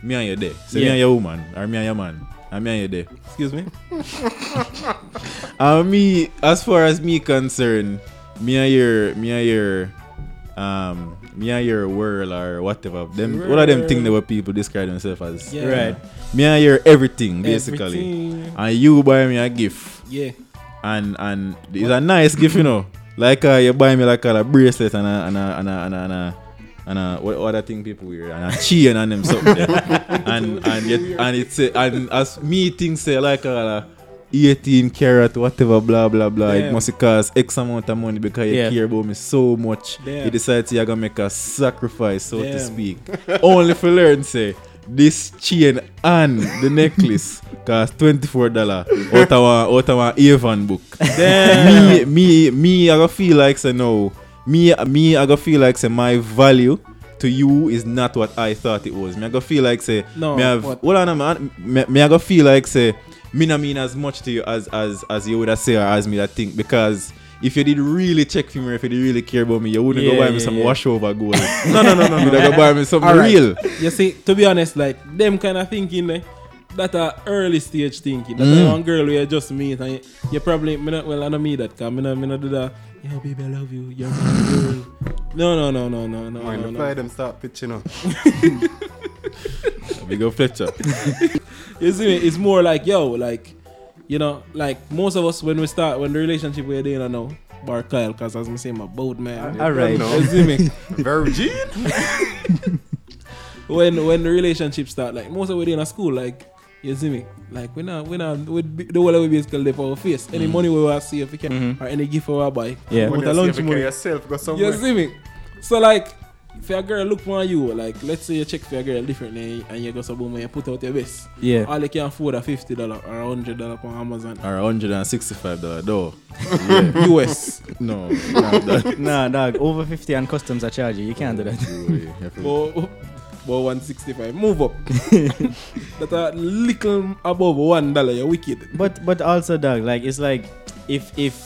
Speaker 3: me and your day say me
Speaker 1: Yeah.
Speaker 3: and your woman or me and your man and me and your day excuse me uh, me as far as me concerned me and your me and your um me and your world or whatever them all of them thing they were people describe themselves as
Speaker 4: Yeah.
Speaker 1: Right.
Speaker 3: me and your everything basically
Speaker 4: Everything.
Speaker 3: and you buy me a gift
Speaker 4: Yeah.
Speaker 3: and and it's a nice gift you know Like uh, you buy me like a bracelet and a and a and a and a, and a and uh, what other thing people wear and a chain and them something there. and and yet, and it's uh, and as me things say like uh, 18 carat whatever blah blah blah
Speaker 4: Yeah.
Speaker 3: it must cost X amount of money because you
Speaker 1: Yeah.
Speaker 3: care about me so much
Speaker 4: Yeah.
Speaker 3: you decide to you're gonna make a sacrifice so
Speaker 4: Damn.
Speaker 3: to speak only for learn say this chain and the necklace cost twenty four dollar out of one out of one Avon book. me me me I go feel like say no. Me me I go feel like say my value to you is not what I thought it was. Me I go feel like say
Speaker 4: No,
Speaker 3: me have
Speaker 4: what-
Speaker 3: hold on man. Me, me I go feel like say me not mean as much to you as as as you would have say or as me that think because. If you did really check for me, if you did really care about me, you wouldn't go
Speaker 1: Yeah,
Speaker 3: buy me
Speaker 1: yeah,
Speaker 3: some
Speaker 1: yeah.
Speaker 3: washover gold. no, no, no, no, no. You'd go buy me something
Speaker 4: Alright.
Speaker 3: real.
Speaker 4: you see, to be honest, like them kind of thinking, like, that a early stage thinking. That a
Speaker 3: Mm.
Speaker 4: one girl where you just meet and you, you probably me not well. I know me that cause me not me not do that. Yo, baby, I love you. You're my girl. No, no, no, no, no, no,
Speaker 2: Mind
Speaker 4: no,
Speaker 2: the
Speaker 4: no.
Speaker 2: fly them start pitching up.
Speaker 3: We go Fletcher.
Speaker 4: You see me? It's more like yo, like you know, like most of us when we start when the relationship we're doing, I know, bar Kyle, cause as me say, I'm a boat man.
Speaker 1: All right.
Speaker 2: No.
Speaker 4: You see me?
Speaker 2: Virgin?
Speaker 4: when when the relationship start, like most of we doing a school, like you see me, like we not we not we be- the whole we basically live for our face.
Speaker 3: Mm.
Speaker 4: Any money we will see if we can,
Speaker 3: Mm-hmm.
Speaker 1: Mhm.
Speaker 4: or any gift we will buy,
Speaker 1: Yeah.
Speaker 4: With
Speaker 2: When you
Speaker 4: a
Speaker 2: see
Speaker 4: lunch
Speaker 2: if you
Speaker 4: money.
Speaker 2: can yourself go somewhere.
Speaker 4: You see me? So like if a girl look for you, like let's say you check for a girl differently and you go so boom and you put out your best.
Speaker 1: Yeah.
Speaker 4: All you can afford a fifty dollar or a hundred dollar on Amazon
Speaker 3: Or $165 door.
Speaker 4: US.
Speaker 3: No, not that.
Speaker 1: nah, dog. Over 50 and customs are charge you. You can't do that.
Speaker 4: but, but 165. Move up. that a little above one dollar, you're wicked.
Speaker 1: But but also, dog. Like it's like if if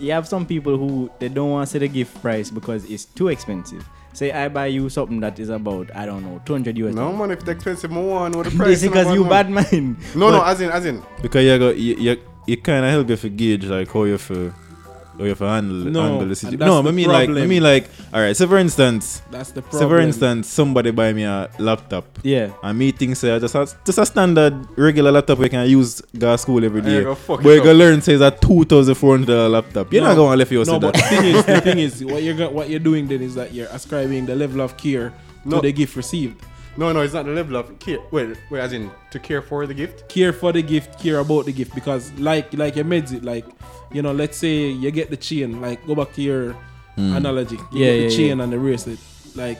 Speaker 1: you have some people who they don't want to say the gift price because it's too expensive. Say I buy you something that is about I don't know 200 US.
Speaker 2: No man, if it's expensive, more one what the price.
Speaker 1: This
Speaker 2: no
Speaker 1: because
Speaker 2: man,
Speaker 1: you
Speaker 2: man.
Speaker 1: bad man.
Speaker 2: No, no,
Speaker 1: But-
Speaker 2: as in, as in.
Speaker 3: Because you, go, you, you, it kind of help you to gauge like how you feel. How you feel handle,
Speaker 4: No,
Speaker 3: handle the
Speaker 4: and
Speaker 3: situation.
Speaker 4: that's
Speaker 3: No, I
Speaker 4: the
Speaker 3: mean like, I
Speaker 4: problem.
Speaker 3: mean like, all right. So for instance,
Speaker 4: That's the problem.
Speaker 3: so for instance, somebody buy me a laptop.
Speaker 1: Yeah.
Speaker 3: And me think say just a, just a standard regular laptop we can use go to school every
Speaker 2: And you
Speaker 3: day.
Speaker 2: go fuck
Speaker 3: But
Speaker 2: it
Speaker 3: you go
Speaker 2: up.
Speaker 3: learn say it's a two thousand four hundred dollar laptop. You're not
Speaker 4: No.
Speaker 3: gonna left you
Speaker 4: no,
Speaker 3: say
Speaker 4: but
Speaker 3: that.
Speaker 4: the thing is, the thing is, what you're go- what you're doing then is that you're ascribing the level of care
Speaker 2: No.
Speaker 4: to the gift received.
Speaker 2: No, no, it's not the level of care. Well, wait, as in, to care for the gift?
Speaker 4: Care for the gift, care about the gift, because like like you meds it, like you know, let's say you get the chain, like go back to your analogy. You
Speaker 1: Yeah,
Speaker 4: get the
Speaker 1: yeah,
Speaker 4: chain and the bracelet, like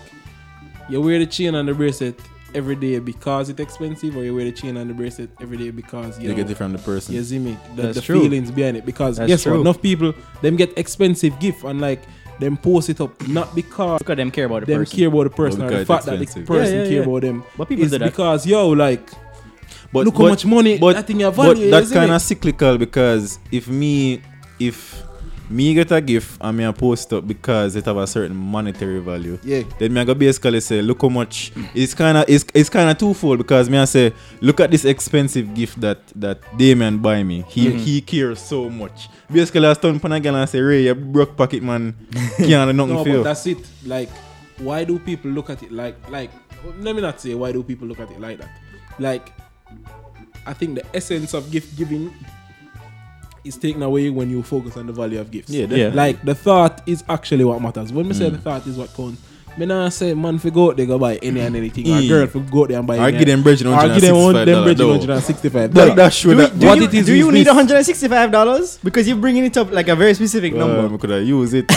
Speaker 4: you wear the chain and the bracelet every day because it's expensive, or you wear the chain and the bracelet every day because you,
Speaker 3: You
Speaker 4: know,
Speaker 3: get it from the person.
Speaker 4: You see me? The,
Speaker 1: That's
Speaker 4: the
Speaker 1: true.
Speaker 4: feelings behind it because
Speaker 1: That's
Speaker 4: guess what?
Speaker 1: true.
Speaker 4: Enough people them get expensive gift and like them post it up not because
Speaker 1: Because them care about the
Speaker 4: them
Speaker 1: person.
Speaker 4: care about the person or
Speaker 3: because
Speaker 4: the
Speaker 3: it's
Speaker 4: fact that the
Speaker 3: expensive.
Speaker 4: person
Speaker 1: Yeah, yeah,
Speaker 4: care
Speaker 1: yeah.
Speaker 4: about them.
Speaker 1: But people
Speaker 4: it's
Speaker 1: do that.
Speaker 4: because yo like
Speaker 3: But
Speaker 4: look
Speaker 3: but-
Speaker 4: how much money
Speaker 3: but-
Speaker 4: that thing have
Speaker 3: but
Speaker 4: value.
Speaker 3: that's
Speaker 4: isn't
Speaker 3: kind of
Speaker 4: it?
Speaker 3: cyclical because if me if me get a gift and me a post up because it have a certain monetary value
Speaker 4: yeah.
Speaker 3: then me I go basically say look how much it's kind of it's, it's kind of twofold because me I say look at this expensive gift that that Damien buy me he
Speaker 4: Mm-hmm.
Speaker 3: he cares so much basically I stand upon a girl and say Ray you broke pocket man can't do nothing
Speaker 4: No,
Speaker 3: for
Speaker 4: but
Speaker 3: you
Speaker 4: that's it. Like, why do people look at it like like? Let me not say why do people look at it like that. Like, I think the essence of gift giving is taken away when you focus on the value of gifts.
Speaker 3: Yeah, Mm. definitely.
Speaker 4: Like the thought is actually what matters. When we say the thought is what counts. Me nah say man fi go out there go buy any and anything. Or
Speaker 3: Yeah.
Speaker 4: girl fi go out there and buy.
Speaker 3: Or
Speaker 4: any
Speaker 3: give them bridge
Speaker 4: Or give them one them bridge
Speaker 3: $165
Speaker 4: 165.
Speaker 3: that, that show
Speaker 1: Do, we-
Speaker 3: that
Speaker 1: do
Speaker 4: What
Speaker 1: you,
Speaker 4: it is
Speaker 1: do
Speaker 4: is
Speaker 1: you need
Speaker 4: this.
Speaker 1: $165? Because you're bringing it up like a very
Speaker 2: Uh,
Speaker 1: specific
Speaker 3: number
Speaker 1: number.
Speaker 3: um, could I use it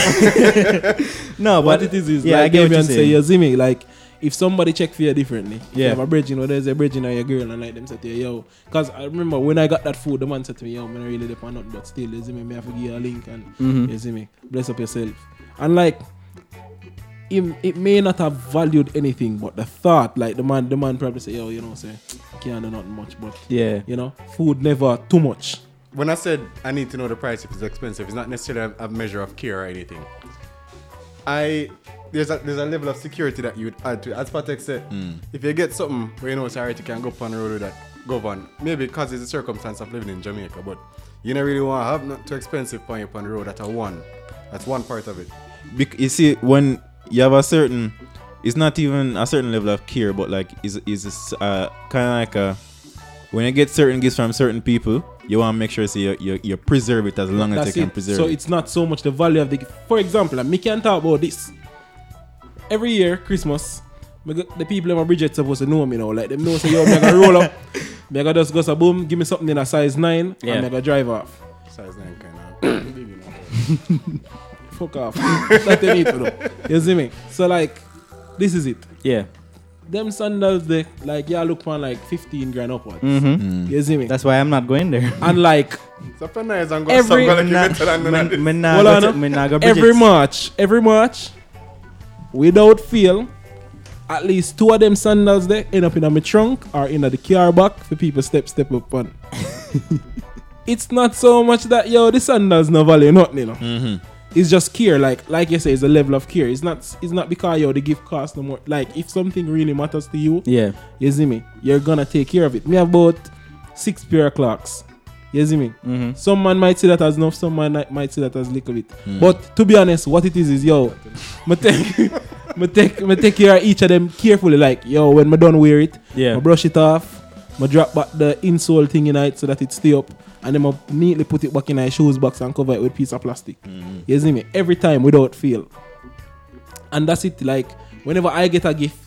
Speaker 1: No,
Speaker 4: what
Speaker 1: but
Speaker 4: it is is
Speaker 1: yeah,
Speaker 4: like
Speaker 1: I get what
Speaker 4: Damian
Speaker 1: you're
Speaker 4: say,
Speaker 1: saying.
Speaker 4: you see me like if somebody check for you differently, if you
Speaker 1: Yeah.
Speaker 4: have a bridging or there's a bridging or your girl and like them say to you, yo, cause I remember when I got that food, the man said to me, yo, man, I really depend nothing but still, you see me, me have to give you a link and
Speaker 1: Mhm.
Speaker 4: you see me, bless up yourself. And like it, it may not have valued anything, but the thought, like the man, the man probably say, yo, you know, say, can't do nothing much, but
Speaker 1: Yeah.
Speaker 4: you know, food never too much.
Speaker 2: When I said I need to know the price if it's expensive, it's not necessarily a, a measure of care or anything. I there's a there's a level of security that you would add to it. As Patek said, if you get something where you know it's alright, you can go up on the road with that. Go on. Maybe because it's a circumstance of living in Jamaica, but you don't really want to have not too expensive point upon the road at a one. That's one part of it.
Speaker 3: Bec- you see when you have a certain it's not even a certain level of care but like is is uh, kind of like a when you get certain gifts from certain people you want to make sure so you, you, you preserve it as long as
Speaker 4: That's
Speaker 3: you can
Speaker 4: it.
Speaker 3: preserve
Speaker 4: so
Speaker 3: it.
Speaker 4: it's not so much the value of the gift. For example, like, me can talk about this. Every year, Christmas, me go- the people in my Bridget supposed to know me now. Like, them know, say, yo, me gonna roll up. Me gonna just go, so boom, give me something in a size 9,
Speaker 1: Yeah.
Speaker 4: and me gonna drive off.
Speaker 2: Size nine kind of. Big enough.
Speaker 4: Fuck off. that they need to know. You see me? So, like, this is it.
Speaker 1: Yeah.
Speaker 4: Them sandals, they, like, yeah, look for like 15 grand upwards.
Speaker 1: Mm-hmm.
Speaker 4: You see me?
Speaker 1: That's why I'm not going there.
Speaker 4: and like,
Speaker 2: So for nice, I'm going to
Speaker 4: Every-
Speaker 2: going
Speaker 1: Nah,
Speaker 2: to London and
Speaker 1: me- me
Speaker 2: this.
Speaker 1: nah
Speaker 4: Hold
Speaker 1: go
Speaker 4: on,
Speaker 1: to-
Speaker 4: uh,
Speaker 1: me nah go
Speaker 4: every
Speaker 1: Bridget's.
Speaker 4: March, every March, without fail, at least two of them sandals there end up in my trunk or in the car back for people step step up on. it's not so much that yo, this sandals no value nothing, you know. It's just care, like like you say, it's a level of care. It's not it's not because yo the gift costs no more. Like if something really matters to you,
Speaker 1: Yeah.
Speaker 4: you see me, you're gonna take care of it. Me have about six pair of clocks. You see me?
Speaker 1: Mm-hmm.
Speaker 4: Some man might see that as enough, some man might- might see that as little bit. But to be honest, what it is is yo, me take, me take, me take care of each of them carefully. Like yo, when me done wear it,
Speaker 1: Yeah.
Speaker 4: me brush it off, me drop back the insole thing in it so that it stay up, and then me neatly put it back in my shoes box and cover it with piece of plastic.
Speaker 2: Mm-hmm.
Speaker 4: You see me? Every time without fail. And that's it. Like whenever I get a gift,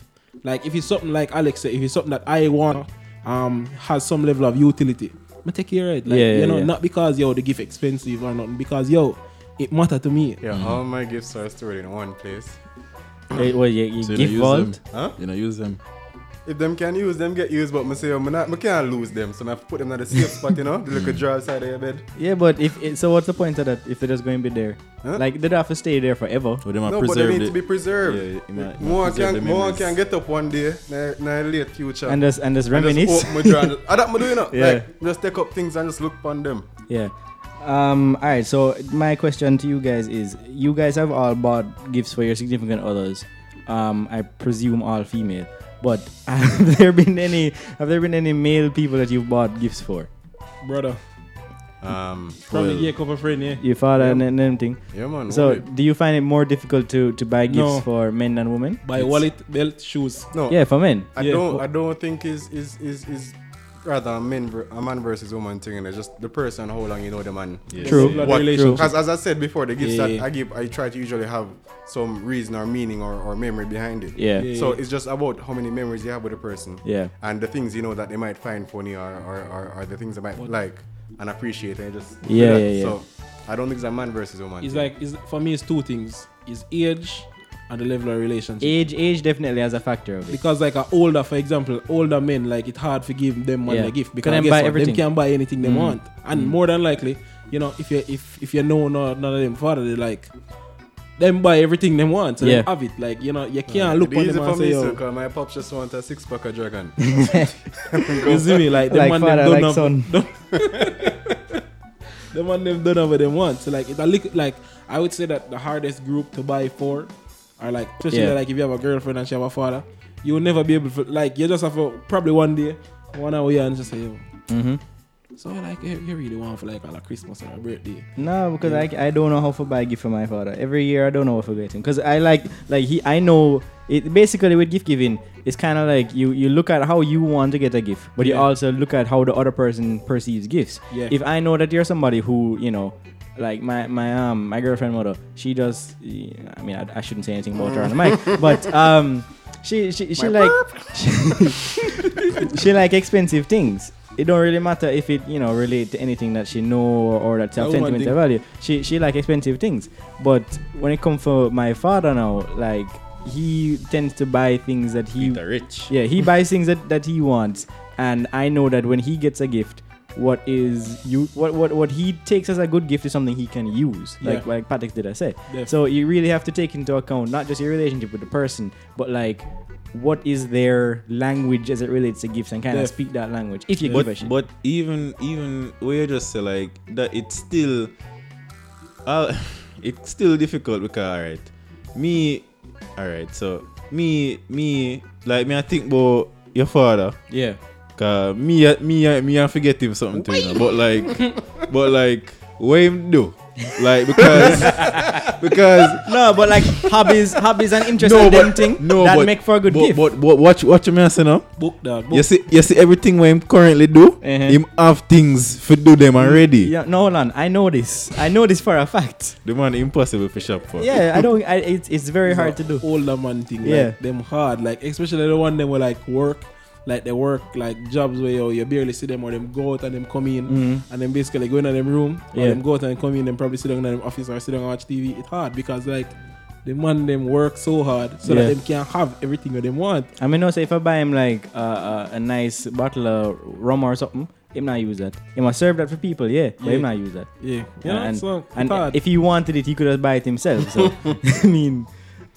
Speaker 4: like if it's something like Alex said, if it's something that I want, um, has some level of utility, me take care of it. Like,
Speaker 1: Yeah, yeah,
Speaker 4: you know,
Speaker 1: yeah.
Speaker 4: not because yo the gift expensive or nothing, because yo, it matter to me.
Speaker 2: Yeah, all my gifts are stored in one place.
Speaker 1: Eh, well, you, you
Speaker 3: So you
Speaker 1: gift
Speaker 3: don't use
Speaker 1: vault.
Speaker 3: them.
Speaker 2: Huh?
Speaker 3: You know, use them.
Speaker 2: If them can use them, get used, but me say, oh, me, not, me can't lose them, so I have to put them in the safe spot, you know? The
Speaker 3: Mm.
Speaker 2: little drawer side of your bed.
Speaker 1: Yeah, but if it, so, what's the point of that if they're just going to be there?
Speaker 2: Huh?
Speaker 1: Like they don't have to stay there forever.
Speaker 3: So them have
Speaker 2: No, but they
Speaker 3: preserved
Speaker 2: need to
Speaker 3: it.
Speaker 2: be preserved.
Speaker 3: Yeah, you might- you
Speaker 2: more
Speaker 3: might preserve
Speaker 2: can
Speaker 3: the
Speaker 2: more
Speaker 3: memories.
Speaker 2: can get up one day, na na late future.
Speaker 1: And just and just
Speaker 2: and just
Speaker 1: reminisce.
Speaker 2: open my drawer and just- Ah, that me do, you know?
Speaker 1: Yeah.
Speaker 2: Like, just take up things and just look upon them.
Speaker 1: Yeah. Um, all right. So my question to you guys is: You guys have all bought gifts for your significant others. Um, I presume all female. But have there been any? Have there been any male people that you've bought gifts for?
Speaker 4: Brother,
Speaker 2: Um,
Speaker 4: from
Speaker 3: Well-
Speaker 4: the gay couple friend, yeah.
Speaker 1: Your father and, and everything.
Speaker 2: yeah, man.
Speaker 1: So
Speaker 2: wallet.
Speaker 1: do you find it more difficult to to buy gifts
Speaker 4: No.
Speaker 1: for men than women?
Speaker 4: Buy wallet, belt, shoes.
Speaker 2: no,
Speaker 1: Yeah, for men.
Speaker 2: I
Speaker 4: Yeah.
Speaker 2: don't. I don't think is is is is rather a man ver- a man versus woman thing. And it's just the person how long you know the man.
Speaker 3: Yeah.
Speaker 1: True.
Speaker 4: Blood
Speaker 2: What-
Speaker 4: relationship.
Speaker 2: As, as I said before, the gifts
Speaker 4: Yeah,
Speaker 2: that
Speaker 4: yeah.
Speaker 2: I give, I try to usually have some reason or meaning or, or memory behind it.
Speaker 1: Yeah.
Speaker 4: Yeah.
Speaker 2: So it's just about how many memories you have with a person.
Speaker 1: Yeah.
Speaker 2: And the things you know that they might find funny or or, or, or the things they might like and appreciate and just do
Speaker 1: Yeah,
Speaker 2: that.
Speaker 1: yeah, yeah.
Speaker 2: So I don't think it's a man versus woman.
Speaker 4: It's
Speaker 2: thing.
Speaker 4: like it's, for me, it's two things: is age and the level of relationship.
Speaker 1: Age age definitely has a factor of it.
Speaker 4: because like a older, for example, older men like it hard to give them money
Speaker 1: Yeah.
Speaker 4: a gift
Speaker 1: Can
Speaker 4: because
Speaker 1: them
Speaker 4: guess
Speaker 1: buy
Speaker 4: what?
Speaker 1: everything. Mm.
Speaker 4: them can buy anything they want, and more than likely, you know, if you if if you know no- none of them father, they like them buy everything they want, so
Speaker 1: Yeah.
Speaker 4: they have it. Like you know, you can't
Speaker 2: It'd
Speaker 4: look
Speaker 2: be
Speaker 4: on
Speaker 2: easy
Speaker 4: them
Speaker 2: for
Speaker 4: and say, "Oh,
Speaker 2: me too,
Speaker 4: yo,
Speaker 2: 'cause my pops just want a six pack of dragon.
Speaker 4: you see me like the
Speaker 1: Like
Speaker 4: man
Speaker 1: father,
Speaker 4: them don't
Speaker 1: like
Speaker 4: have,
Speaker 1: son.
Speaker 4: the man them don't have what they want. So like it a lick, like I would say that the hardest group to buy for are like especially
Speaker 1: Yeah.
Speaker 4: like if you have a girlfriend and she have a father, you will never be able to like you just have to probably one day, one hour and just say yo.
Speaker 1: Mm-hmm.
Speaker 4: So like you, you really want for like all a Christmas or a birthday.
Speaker 1: No, because I, I don't know how to buy a gift for my father. Every year I don't know what to get him because I like like he I know it basically with gift giving it's kind of like you you look at how you want to get a gift, but you
Speaker 4: Yeah.
Speaker 1: also look at how the other person perceives gifts.
Speaker 4: Yeah.
Speaker 1: If I know that you're somebody who you know. Like my my um my girlfriend mother, she does. I mean, I, I shouldn't say anything about her on the mic, but um, she she she like she like expensive things. It don't really matter if it you know relate to anything that she know or that's of
Speaker 4: That woman
Speaker 1: sentimental
Speaker 4: thing.
Speaker 1: value. She she like expensive things. But when it comes for my father now, like he tends to buy things that he
Speaker 3: rich.
Speaker 1: yeah he buys things that that he wants, and I know that when he gets a gift. What is you? What what what he takes as a good gift is something he can use, like
Speaker 4: Yeah.
Speaker 1: like Patrick did I say.
Speaker 4: Yeah.
Speaker 1: So you really have to take into account not just your relationship with the person, but like what is their language as it relates to gifts and kind
Speaker 4: Yeah.
Speaker 1: of speak that language if you give a
Speaker 3: But
Speaker 1: shit.
Speaker 3: but even even where you just say like that, it's still, uh, it's still difficult because alright, me, alright, so me me like me I think about your father.
Speaker 1: yeah,
Speaker 3: Cause me, I- me, I- me, I forget him something too, you know. But like, but like, what him do? Like because because
Speaker 1: No, but like hobbies, hobbies and interests
Speaker 3: no,
Speaker 1: and them
Speaker 3: but,
Speaker 1: thing
Speaker 3: no,
Speaker 1: that
Speaker 3: but,
Speaker 1: make for a good
Speaker 3: but,
Speaker 1: gift.
Speaker 3: But, but watch watch me say now.
Speaker 4: Book dog. Book.
Speaker 3: You see you see everything what him currently do,
Speaker 1: Uh-huh.
Speaker 3: him have things for do them
Speaker 4: Mm.
Speaker 3: already.
Speaker 1: yeah, no, hold on. I know this. I know this for a fact.
Speaker 3: The man impossible for shop for.
Speaker 1: Yeah, I don't. I, it's it's very hard to do.
Speaker 4: older man thing.
Speaker 1: Yeah.
Speaker 4: Like, them hard. Like especially the one them were like work. Like they work like jobs where you, you barely see them or them go out and them come in and then basically go in them room or
Speaker 1: Mm-hmm. Yeah.
Speaker 4: them go out and come in and probably sit down in them office or sit down and watch TV. It's hard because like the man them work so hard so
Speaker 1: Yeah.
Speaker 4: that them can have everything that them want.
Speaker 1: I mean, no. So if I buy him like uh, uh, a nice bottle of rum or something, him not use that. He must serve that for people, yeah, but
Speaker 4: Yeah.
Speaker 1: him not use that.
Speaker 4: Yeah. You know,
Speaker 1: and
Speaker 4: so it's
Speaker 1: and
Speaker 4: hard.
Speaker 1: if he wanted it, he could just buy it himself. So I mean,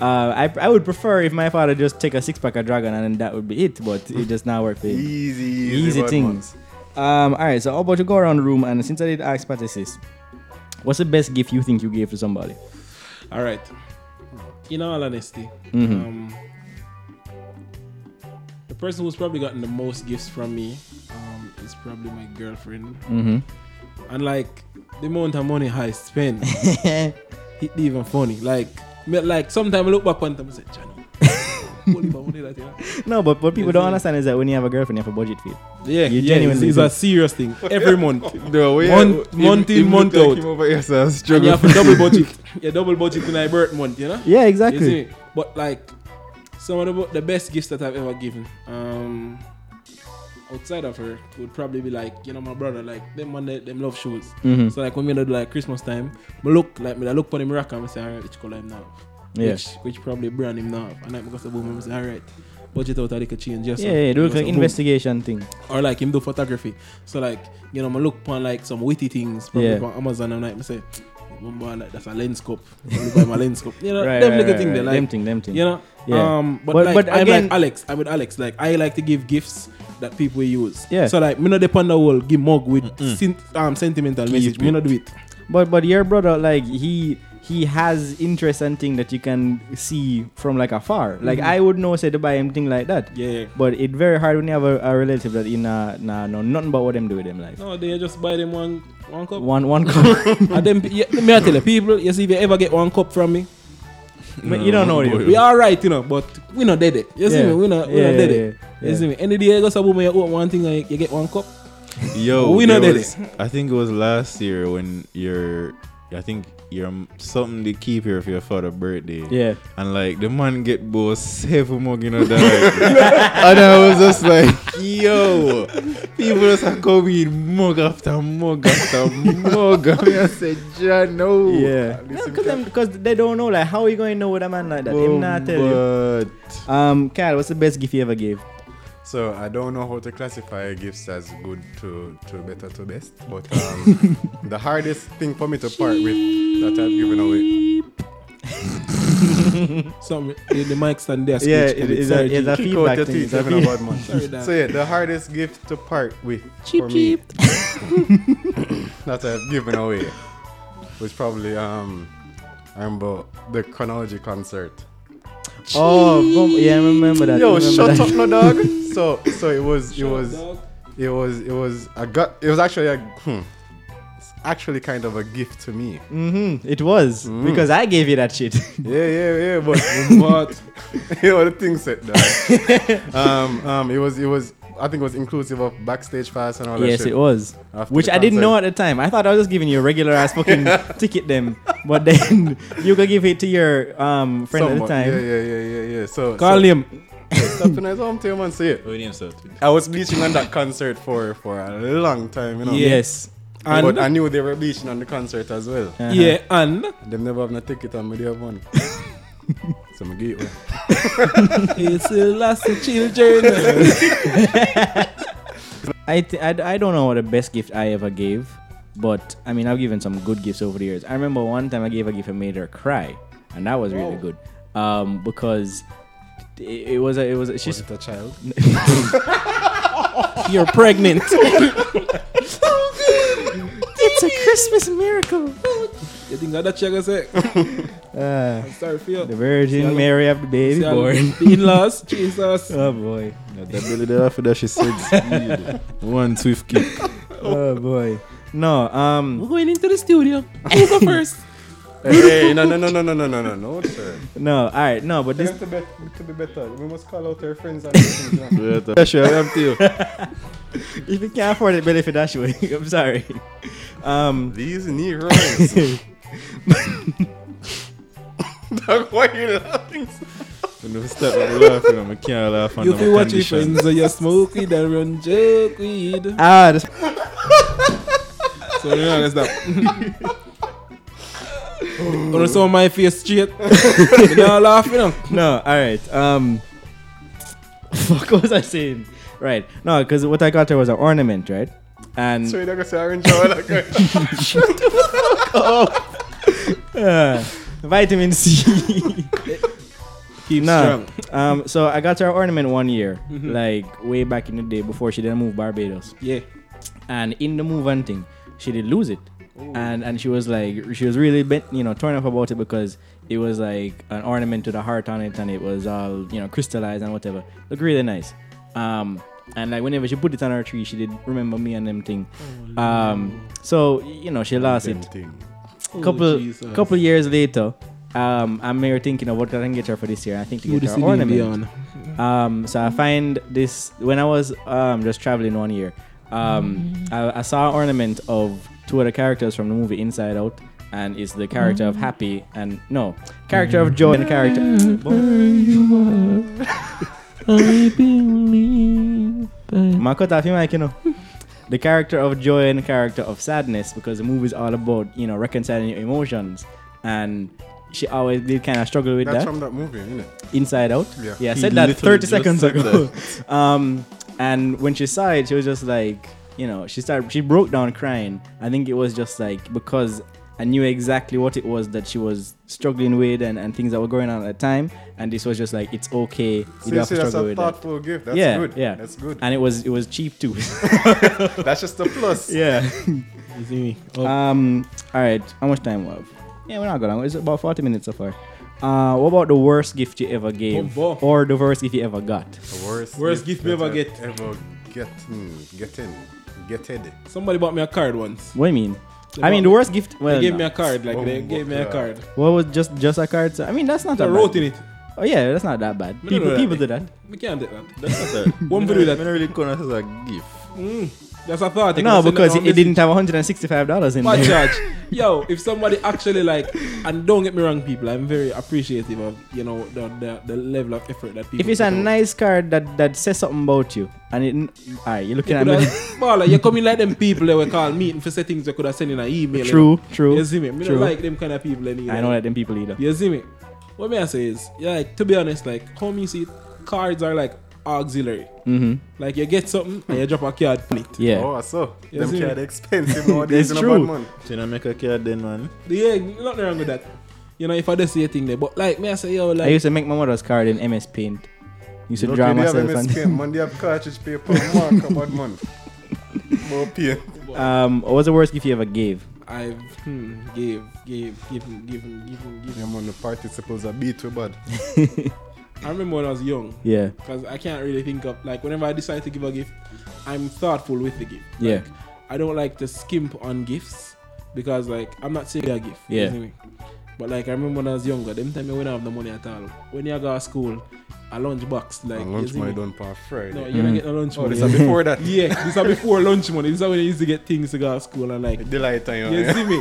Speaker 1: uh, I I would prefer if my father just take a six pack of Dragon and then that would be it. But it does not work for him.
Speaker 2: Easy,
Speaker 1: Easy
Speaker 2: one,
Speaker 1: things. Um, all right. So how about you go around the room and since I did ask Patricis, what's the best gift you think you gave to somebody?
Speaker 4: All right. In all honesty,
Speaker 1: Mm-hmm.
Speaker 4: um, the person who's probably gotten the most gifts from me um, is probably my girlfriend.
Speaker 1: Mm-hmm.
Speaker 4: And like the amount of money I spend, it even funny. Like, me, like sometimes I look back on them and say, "Chano, holy bad money that you have."
Speaker 1: No, but what people
Speaker 4: Yes,
Speaker 1: don't
Speaker 4: yeah.
Speaker 1: understand is that when you have a girlfriend, you have a budget for it.
Speaker 4: yeah,
Speaker 1: You
Speaker 4: yeah, it's,
Speaker 1: genuinely
Speaker 4: it's
Speaker 1: do.
Speaker 4: a serious thing every month.
Speaker 3: Bro, we
Speaker 4: Month- month in, month out.
Speaker 3: Over here, so I
Speaker 4: And you
Speaker 3: struggle.
Speaker 4: have a double budget. You double budget in a birth month, you know.
Speaker 1: Yeah,
Speaker 4: You
Speaker 1: exactly.
Speaker 4: see? But like some of the, bo- the best gifts that I've ever given, um, outside of her, would probably be like you know my brother, like them one that- them love shoes.
Speaker 1: Mhm.
Speaker 4: So like when we do like Christmas time, me look like me I look for him rock and I say alright, which color him now,
Speaker 1: Yeah.
Speaker 4: which which probably brand him now, and like me go to boom and say alright, budget out a little change, just
Speaker 1: yeah, yeah, do like
Speaker 4: invest
Speaker 1: investigation thing.
Speaker 4: or like him do photography. So like you know, I look upon like some witty things probably
Speaker 1: Yeah.
Speaker 4: on Amazon and like I say, remember like that's a lens scope. Probably buy my lens scope. You know,
Speaker 1: Right,
Speaker 4: them
Speaker 1: right,
Speaker 4: little
Speaker 1: right,
Speaker 4: thing they
Speaker 1: right.
Speaker 4: like.
Speaker 1: Them thing, them thing.
Speaker 4: You know.
Speaker 1: Yeah.
Speaker 4: Um, but,
Speaker 1: But-
Speaker 4: like,
Speaker 1: but
Speaker 4: I'm
Speaker 1: again-
Speaker 4: like Alex. I'm with Alex. Like I like to give gifts that people use.
Speaker 1: Yeah.
Speaker 4: So like me not depend on will give mug with sen- um sentimental message. Me
Speaker 3: it.
Speaker 4: not do it.
Speaker 1: But but your brother, like he he has interest and thing that you can see from like afar. Like
Speaker 4: Mm-hmm.
Speaker 1: I would know say to buy him thing like that.
Speaker 4: Yeah.
Speaker 1: But it very hard when you have a, a relative that you nah nah know nothing about what them do with them life.
Speaker 4: No, they just buy them one one cup.
Speaker 1: One one cup.
Speaker 4: and then yeah, me I tell you, people, you see if you ever get one cup from me,
Speaker 1: but you don't know you.
Speaker 4: We all right, you know, but we not dead it. You see
Speaker 1: Yeah.
Speaker 4: me? We not, we
Speaker 1: Yeah,
Speaker 4: not dead
Speaker 1: yeah,
Speaker 4: it.
Speaker 1: yeah,
Speaker 4: You see me? Any day you go to boom, you open one thing and you- you get one cup.
Speaker 3: Yo,
Speaker 4: We know
Speaker 3: there
Speaker 4: that
Speaker 3: was- I think it was last year when your, I think your something to keep here for your father's birthday.
Speaker 1: Yeah.
Speaker 3: And like the man get both seven mug in a dog. and I was just like, yo, people just are coming mug after mug after mug. I mean, I said, John, no.
Speaker 1: Yeah. Because they don't know like how you going to know with a man like that. Him nah tell you.
Speaker 3: Oh, But
Speaker 1: Um, Kyle, what's the best gift you ever gave?
Speaker 2: So I don't know how to classify gifts as good to, to better to best, but um, the hardest thing for me to part with that I've given away.
Speaker 4: Something the, the mic stand there.
Speaker 1: Yeah, it
Speaker 4: screech, and
Speaker 1: is
Speaker 4: sorry,
Speaker 1: a, it's a
Speaker 4: G.
Speaker 2: Kick out
Speaker 1: feedback
Speaker 2: your
Speaker 1: thing.
Speaker 2: teeth,
Speaker 1: It's a
Speaker 2: having
Speaker 1: feedback.
Speaker 2: a bad month.
Speaker 4: Sorry, dad.
Speaker 2: So yeah, the hardest gift to part with for me
Speaker 4: cheap.
Speaker 2: that I've given away was probably um, I remember the chronology concert.
Speaker 1: Oh, come- yeah, I remember that.
Speaker 2: Yo,
Speaker 1: remember
Speaker 2: shut
Speaker 1: that.
Speaker 2: up, no dog. So so it was it was.
Speaker 4: Dog.
Speaker 2: It was it was a gut. It was actually a hmm, it's actually kind of a gift to me.
Speaker 1: Mm-hmm. It was
Speaker 4: Mm.
Speaker 1: because I gave you that shit.
Speaker 2: Yeah, yeah, yeah. But
Speaker 4: But
Speaker 2: you know the thing said that. um, um, it was it was. I think it was inclusive of backstage pass and all Oh, that.
Speaker 1: yes,
Speaker 2: shit.
Speaker 1: it was.
Speaker 2: After
Speaker 1: Which
Speaker 2: the
Speaker 1: I didn't
Speaker 2: concert.
Speaker 1: know at the time. I thought I was just giving you a regular ass fucking ticket them, but then you could give it to your um, friend
Speaker 2: Somewhat.
Speaker 1: at the
Speaker 2: Yeah,
Speaker 1: time.
Speaker 2: yeah, yeah, yeah, yeah. So
Speaker 4: call
Speaker 2: so,
Speaker 4: him.
Speaker 2: Stop in his home to him and say it. I was bleaching on that concert for for a long time, you know.
Speaker 1: Yes.
Speaker 4: And
Speaker 2: but I knew they were bleaching on the concert as well.
Speaker 1: Uh-huh.
Speaker 4: yeah, and
Speaker 2: Them never have no ticket and me they have one. so I get one.
Speaker 4: it's the last children.
Speaker 1: I, th- I, d- I don't know what the best gift I ever gave, but I mean, I've given some good gifts over the years. I remember one time I gave a gift and made her cry, and that was really good um, because it, it was a, it was a, she's
Speaker 2: Is it a child?
Speaker 4: You're pregnant.
Speaker 1: it's a Christmas miracle.
Speaker 4: you think that you gonna say? I'm sorry for
Speaker 1: Uh, the
Speaker 4: you. See, I
Speaker 1: Virgin
Speaker 4: love-
Speaker 1: Mary of the baby
Speaker 4: See, I'm-
Speaker 1: born.
Speaker 4: The in-laws, Jesus.
Speaker 1: Oh boy.
Speaker 3: that belly there after that, she said, speed. one swift kick.
Speaker 1: Oh boy. No, um,
Speaker 4: We're going into the studio. Who go first?
Speaker 2: Hey, no, no, no, no, no, no, no, no, no, sir.
Speaker 1: no. All right, no. But
Speaker 2: Tell
Speaker 1: this
Speaker 2: them to, be, to be better. We must call out our friends and things. you know.
Speaker 3: Pressure, I'm to you.
Speaker 1: if you can't afford it, benefit that way. I'm sorry. Um,
Speaker 2: These Negroes. Dog, why are you laughing? so-
Speaker 3: When we start with the laughing, I'm can't laugh on
Speaker 4: you
Speaker 3: my
Speaker 4: feel watch your
Speaker 3: condition.
Speaker 4: friends and you smoke weed and run joke weed.
Speaker 1: ah, this-
Speaker 4: So you know, that's that. Gonna saw my face straight. you know, laugh, you know.
Speaker 1: no. All right. Um, fuck. What was I saying? Right. No, because what I got there was an ornament, right? And
Speaker 2: So you're not gonna say orange or like
Speaker 1: uh, vitamin C.
Speaker 4: Keep
Speaker 1: no.
Speaker 4: strong.
Speaker 1: Um, so I got her ornament one year, like way back in the day before she didn't move Barbados.
Speaker 4: Yeah.
Speaker 1: And in the move and thing, she did lose it. And and she was like she was really bent, you know torn up about it because it was like an ornament to the heart on it and it was all you know crystallized and whatever. Look really nice. Um, and like whenever she put it on her tree, she did remember me and them thing. Um, so you know she lost it couple
Speaker 4: Oh, Jesus.
Speaker 1: couple years later, um, I'm here thinking of what I can get her for this year. I think to
Speaker 4: You
Speaker 1: get
Speaker 4: just
Speaker 1: her
Speaker 4: need to be
Speaker 1: ornament.
Speaker 4: on.
Speaker 1: Um, so I find this when I was um, just traveling one year. Um, I, I saw an ornament of two of the characters from the movie Inside Out, and it's the character of Happy and no character of Joy and the character.
Speaker 4: Mm.
Speaker 1: Ma cut off your mic, you know. The character of joy and the character of sadness because the movie's all about, you know, reconciling your emotions. And she always did kind of struggle with
Speaker 2: That's
Speaker 1: that.
Speaker 2: from that movie, isn't it?
Speaker 1: Inside Out.
Speaker 2: Yeah.
Speaker 1: Yeah, I
Speaker 3: He
Speaker 1: said that
Speaker 3: literally
Speaker 1: 30
Speaker 3: just
Speaker 1: seconds
Speaker 3: said
Speaker 1: ago. um, and when she saw it, she was just like, you know, she started, she broke down crying. I think it was just like because I knew exactly what it was that she was struggling with and, and things that were going on at the time. And this was just like, it's okay. You
Speaker 2: So
Speaker 1: don't
Speaker 2: you
Speaker 1: have
Speaker 2: see,
Speaker 1: to
Speaker 2: that's
Speaker 1: struggle
Speaker 2: a
Speaker 1: with that.
Speaker 2: thoughtful gift. That's
Speaker 1: yeah,
Speaker 2: good.
Speaker 1: yeah,
Speaker 2: That's good.
Speaker 1: And it was it was cheap too.
Speaker 2: That's just a plus.
Speaker 1: yeah.
Speaker 4: You see me? Oh,
Speaker 1: Um. All right. How much time we have? Yeah, we're not going. It's about forty minutes so far. Uh, what about the worst gift you ever gave,
Speaker 3: Oh,
Speaker 4: Bumbo.
Speaker 1: or the worst gift you ever got?
Speaker 2: The worst,
Speaker 4: Worst gift we
Speaker 2: that
Speaker 4: ever
Speaker 2: I've
Speaker 4: get.
Speaker 2: Ever gotten, gotten, getted.
Speaker 4: somebody bought me a card once.
Speaker 1: What do you mean?
Speaker 4: They
Speaker 1: I mean the
Speaker 4: bought me-
Speaker 1: worst gift. Well,
Speaker 4: They gave
Speaker 1: no.
Speaker 4: me a card, like they
Speaker 2: Oh,
Speaker 4: gave me a
Speaker 2: God.
Speaker 4: card.
Speaker 1: what was just just a card? So, I mean that's not
Speaker 4: They
Speaker 1: a
Speaker 4: wrote
Speaker 1: bad-
Speaker 4: in it.
Speaker 1: Oh yeah, that's not that bad.
Speaker 4: don't
Speaker 1: people
Speaker 4: know that.
Speaker 1: people do that.
Speaker 4: We can't do that.
Speaker 3: That's not that.
Speaker 4: One
Speaker 3: Me
Speaker 4: video
Speaker 3: no-
Speaker 4: that-
Speaker 3: me no really count as a gift.
Speaker 4: Mm, that's a thought.
Speaker 1: no,
Speaker 4: They can
Speaker 1: because
Speaker 4: send that on
Speaker 1: it, it
Speaker 4: message.
Speaker 1: didn't have one hundred and sixty-five dollars in
Speaker 4: What
Speaker 1: there.
Speaker 4: charge? Yo, if somebody actually like, and don't get me wrong, people, I'm very appreciative of you know the the, the level of effort that people.
Speaker 1: If it's a
Speaker 4: put out.
Speaker 1: nice card that that says something about you, and it, all right, you're looking
Speaker 4: You
Speaker 1: at
Speaker 4: could
Speaker 1: me.
Speaker 4: have- Baller, you come in like them people that we call meeting for say things you could have sent in an email.
Speaker 1: True,
Speaker 4: You,
Speaker 1: true.
Speaker 4: know? you see me? Me
Speaker 1: true.
Speaker 4: don't like them kind of people anymore.
Speaker 1: I don't let them people either.
Speaker 4: You see me? What me I say is, yeah, like, to be honest, like how me see it, cards are like auxiliary.
Speaker 1: Mm-hmm.
Speaker 4: Like you get something and you drop a card on it.
Speaker 1: Yeah.
Speaker 2: Oh, I saw.
Speaker 4: You
Speaker 2: Them
Speaker 4: see me?
Speaker 2: kids expensive
Speaker 1: That's
Speaker 2: nowadays. That's
Speaker 1: true.
Speaker 2: true. Money.
Speaker 3: So you know, make a card then, man.
Speaker 4: Yeah, nothing wrong with that. You know, if I just see a thing there, but like me I say, yo,
Speaker 1: I
Speaker 4: like
Speaker 1: used to make my mother's card in MS Paint. Used to
Speaker 2: Look,
Speaker 1: draw
Speaker 2: they have
Speaker 1: myself
Speaker 2: MS
Speaker 1: and
Speaker 2: Paint, man. They have cartridge paper, marker, bad man. More paint.
Speaker 1: um what was the worst gift you ever gave?
Speaker 4: I've hmm, gave, gave, given, given, given, given.
Speaker 2: Yeah, man, the participles are beat too bad.
Speaker 4: I remember when I was young,
Speaker 1: Yeah.
Speaker 4: because I can't really think of like whenever I decide to give a gift, I'm thoughtful with the gift.
Speaker 1: Yeah.
Speaker 4: Like, I don't like to skimp on gifts because like I'm not saying they're a gift.
Speaker 1: Yeah.
Speaker 4: You see me? But like I remember when I was younger, them time I wouldn't have the money at all. When you go to school, a lunch box like
Speaker 2: and
Speaker 4: you
Speaker 2: lunch
Speaker 4: see
Speaker 2: money
Speaker 4: me?
Speaker 2: done for Friday.
Speaker 4: No, you don't
Speaker 1: Mm.
Speaker 4: get no lunch
Speaker 2: oh,
Speaker 4: money.
Speaker 2: this is before that.
Speaker 4: yeah, these are before lunch money. These are when you used to get things to go to school and like
Speaker 2: Delight on you.
Speaker 4: you
Speaker 2: Yeah.
Speaker 4: see me?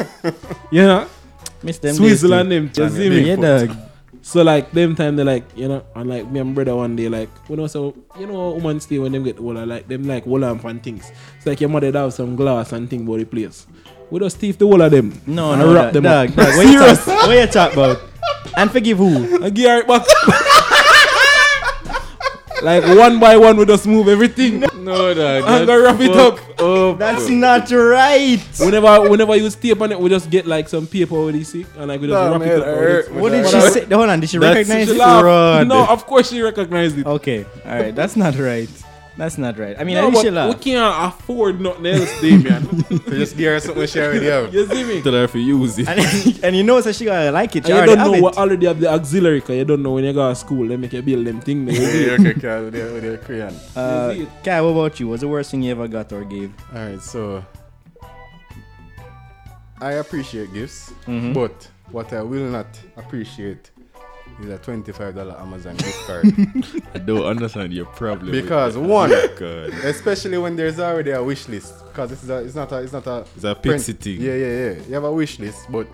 Speaker 4: You know?
Speaker 1: Miss them.
Speaker 4: Switzerland them, you see me?
Speaker 1: Yeah, dog.
Speaker 4: So like them time they like you know and like me and brother one day like when I so you know how women stay when them get older like them like wall lamp and things. It's like your mother would have some glass and thing about the place. We just thief the whole of them.
Speaker 1: No,
Speaker 4: and
Speaker 1: no,
Speaker 4: wrap
Speaker 1: dog,
Speaker 4: them
Speaker 1: dog,
Speaker 4: up.
Speaker 1: dog, What you talk, what you talk about? And forgive who?
Speaker 4: And give her it back. like one by one we just move everything.
Speaker 3: No, dog.
Speaker 4: And go wrap it up.
Speaker 3: Oh,
Speaker 1: That's not right.
Speaker 4: Whenever whenever you tape on it, we just get like some paper with this thing and like we just
Speaker 2: Damn,
Speaker 4: wrap
Speaker 2: it
Speaker 4: it up. with
Speaker 2: hurt.
Speaker 4: it.
Speaker 1: What did
Speaker 2: What
Speaker 1: she
Speaker 2: I-
Speaker 1: say? Hold on, did she
Speaker 3: That's-
Speaker 1: recognize
Speaker 4: She
Speaker 1: it?
Speaker 4: laughed.
Speaker 3: fraud.
Speaker 4: No, of course she recognized it.
Speaker 1: Okay. Alright, that's not right. That's not right. I Oh, mean
Speaker 4: No,
Speaker 1: at least
Speaker 4: but
Speaker 1: she
Speaker 4: we
Speaker 1: laughed.
Speaker 4: can't afford nothing else, Damien.
Speaker 2: So just give her something she already have.
Speaker 4: you see me?
Speaker 3: Tell her if you use it.
Speaker 1: And, and you know that she gotta like it. She
Speaker 4: And
Speaker 1: already
Speaker 4: you don't
Speaker 1: have
Speaker 4: know
Speaker 1: it.
Speaker 4: what already have the auxiliary because you don't know when you go to school they make you build them thing there.
Speaker 2: Yeah, yeah, okay, okay, with your- with your crayon.
Speaker 1: uh,
Speaker 4: you see it.
Speaker 1: Kai, what about you? What's the worst thing you ever got or gave?
Speaker 2: All right, so I appreciate gifts,
Speaker 1: Mm-hmm.
Speaker 2: but what I will not appreciate is a twenty-five dollar Amazon gift card,
Speaker 5: I don't understand your problem. with
Speaker 2: Because
Speaker 5: that.
Speaker 2: one-
Speaker 5: Oh my God.
Speaker 2: especially when there's already a wish list. Because this is a, it's not a, it's not a,
Speaker 3: It's a
Speaker 2: print-
Speaker 3: pixie thing.
Speaker 2: Yeah, yeah, yeah. You have a wish list, but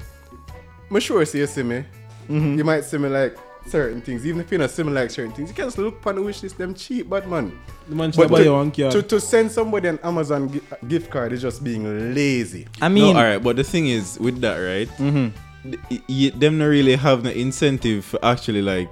Speaker 2: I'm sure see you see me.
Speaker 3: Mm-hmm.
Speaker 2: You might see me like certain things, even if you don't see me like certain things. You can just look upon the wish list, them cheap, but man.
Speaker 4: The man should
Speaker 2: But
Speaker 4: buy
Speaker 2: to,
Speaker 4: your one card.
Speaker 2: to, to send somebody an Amazon gi- uh, gift card is just being lazy.
Speaker 1: I mean,
Speaker 3: no, all right, but the thing is with that, right?
Speaker 2: Mm-hmm.
Speaker 3: th- y- them not really have the incentive for actually like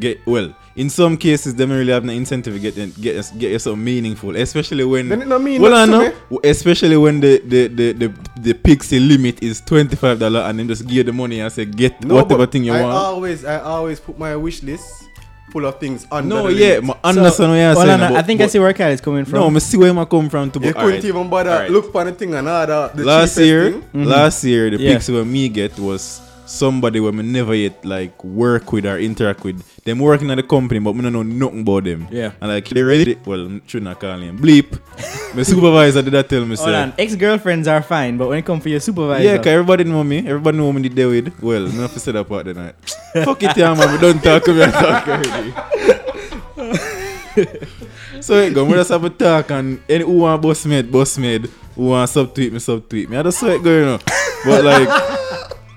Speaker 3: get well. In some cases, them not really have the incentive to get get get yourself meaningful, especially when
Speaker 2: Then it no mean
Speaker 3: well, I
Speaker 2: nothing to
Speaker 3: know, especially when the the the the, the pixie limit is twenty five dollar, and them just give you the money and say get whatever
Speaker 2: but
Speaker 3: thing you
Speaker 2: I
Speaker 3: want.
Speaker 2: always, I always put my wish list full of things under.
Speaker 3: no,
Speaker 2: the
Speaker 3: yeah,
Speaker 2: limit.
Speaker 3: I understand what you're
Speaker 1: well,
Speaker 3: saying.
Speaker 1: no, no, I
Speaker 3: but-
Speaker 1: think I
Speaker 3: but-
Speaker 1: see where Kyle is coming
Speaker 3: No,
Speaker 1: from.
Speaker 3: I see where I come from. To
Speaker 2: you
Speaker 3: but
Speaker 2: couldn't
Speaker 3: alright.
Speaker 2: even bother
Speaker 3: alright.
Speaker 2: look for the thing and order the
Speaker 3: last
Speaker 2: cheapest
Speaker 3: year,
Speaker 2: thing.
Speaker 3: last year the
Speaker 1: Mm-hmm. Yeah.
Speaker 3: pics where me get was somebody where me never yet like work with or interact with. Them working at the company, but me don't know nothing about them.
Speaker 1: Yeah.
Speaker 3: and like they ready. Well, I'm should not call him bleep. my supervisor did that tell me
Speaker 1: Hold
Speaker 3: say.
Speaker 1: on, ex girlfriends are fine, but when it comes for your supervisor,
Speaker 3: Yeah, cause everybody know me. Everybody know me did they with. Well, me have to say that part tonight. Fuck it, yeah, man. We don't talk about talk already. so it go. We just have a talk and any who want boss made, boss made. Who want subtweet me, subtweet me. I just saw it going on. But like,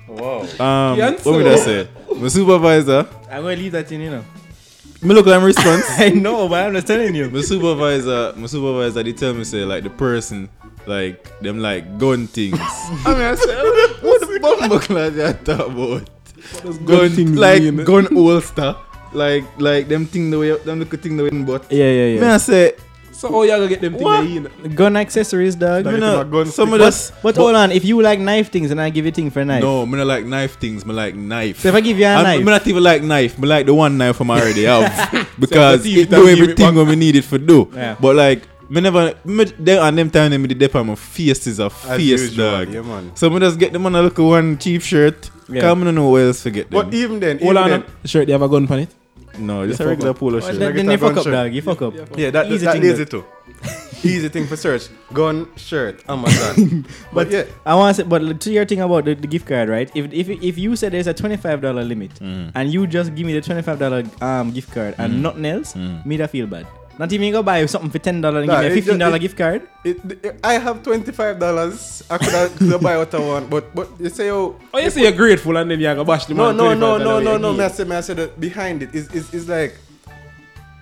Speaker 2: Wow.
Speaker 3: um,
Speaker 4: Fiancé.
Speaker 3: what would I say? My supervisor.
Speaker 1: I'm gonna leave that in, you know.
Speaker 3: Me look like my response.
Speaker 1: I know, but I'm just telling you.
Speaker 3: my supervisor, my supervisor, they tell me say like the person, like them like gun things. I mean, I said, what the bumble class you talk about? Gun,
Speaker 4: things
Speaker 3: like
Speaker 4: mean?
Speaker 3: gun holster, like like them thing the way them look thing the way but.
Speaker 1: Yeah, yeah,
Speaker 3: Me I say,
Speaker 4: so how y'all gonna get them
Speaker 3: What?
Speaker 4: things? You know?
Speaker 1: Gun accessories, dog.
Speaker 3: me
Speaker 2: if
Speaker 3: no,
Speaker 2: a gun
Speaker 3: some
Speaker 2: stick-
Speaker 3: of us.
Speaker 1: But hold on, if you like knife things, and I give you thing for knife.
Speaker 3: No, me not like knife things. Me like knife.
Speaker 1: So if I give you a
Speaker 3: I'm,
Speaker 1: knife,
Speaker 3: me not even like knife. Me like the one knife I'm already have because
Speaker 2: So if I
Speaker 3: it
Speaker 2: see it, I'll
Speaker 3: do
Speaker 2: give it
Speaker 3: everything
Speaker 2: back.
Speaker 3: when we need it for do.
Speaker 1: Yeah.
Speaker 3: But like me never me, them and them time they me the depot my face is a
Speaker 2: As
Speaker 3: face
Speaker 2: usual,
Speaker 3: dog.
Speaker 2: yeah, man.
Speaker 3: So me just get them on a look at one cheap shirt.
Speaker 1: Yeah.
Speaker 3: Come on, know what else to get them.
Speaker 2: But even then,
Speaker 4: Hold
Speaker 2: even
Speaker 4: on,
Speaker 2: then,
Speaker 4: sure they have a gun on it.
Speaker 3: no, just
Speaker 2: Yeah,
Speaker 3: a regular
Speaker 2: fuck
Speaker 3: polo
Speaker 1: Well,
Speaker 3: shirt.
Speaker 1: then,
Speaker 2: Like
Speaker 1: then
Speaker 2: a
Speaker 1: they fuck
Speaker 2: gun
Speaker 1: up,
Speaker 2: shirt.
Speaker 1: dog. You fuck up.
Speaker 2: yeah, that,
Speaker 1: Easy
Speaker 2: that,
Speaker 1: thing,
Speaker 2: that
Speaker 1: though.
Speaker 2: lazy too. Easy thing for search. Gun, shirt, Amazon. but yeah,
Speaker 1: I want to say, but to your thing about the, the gift card, right? If, if if you said there's a twenty five dollar limit,
Speaker 2: Mm.
Speaker 3: Mm.
Speaker 1: and you just give me the twenty five dollar um gift card and nothing else, me that feel bad. Not even go buy something for ten dollar and
Speaker 2: Mm. Nah,
Speaker 1: give me a
Speaker 2: it just-
Speaker 1: fifteen dollar
Speaker 2: it-
Speaker 1: gift card.
Speaker 2: it, I have twenty five dollars. I could have could have buy what I want, but but you say oh.
Speaker 4: Oh, you say you're grateful and then you're gonna bash the
Speaker 2: No,
Speaker 4: man.
Speaker 2: no, no,
Speaker 4: $25
Speaker 2: no,
Speaker 4: away.
Speaker 2: no, no. Me I say, me I say that behind it is is is like.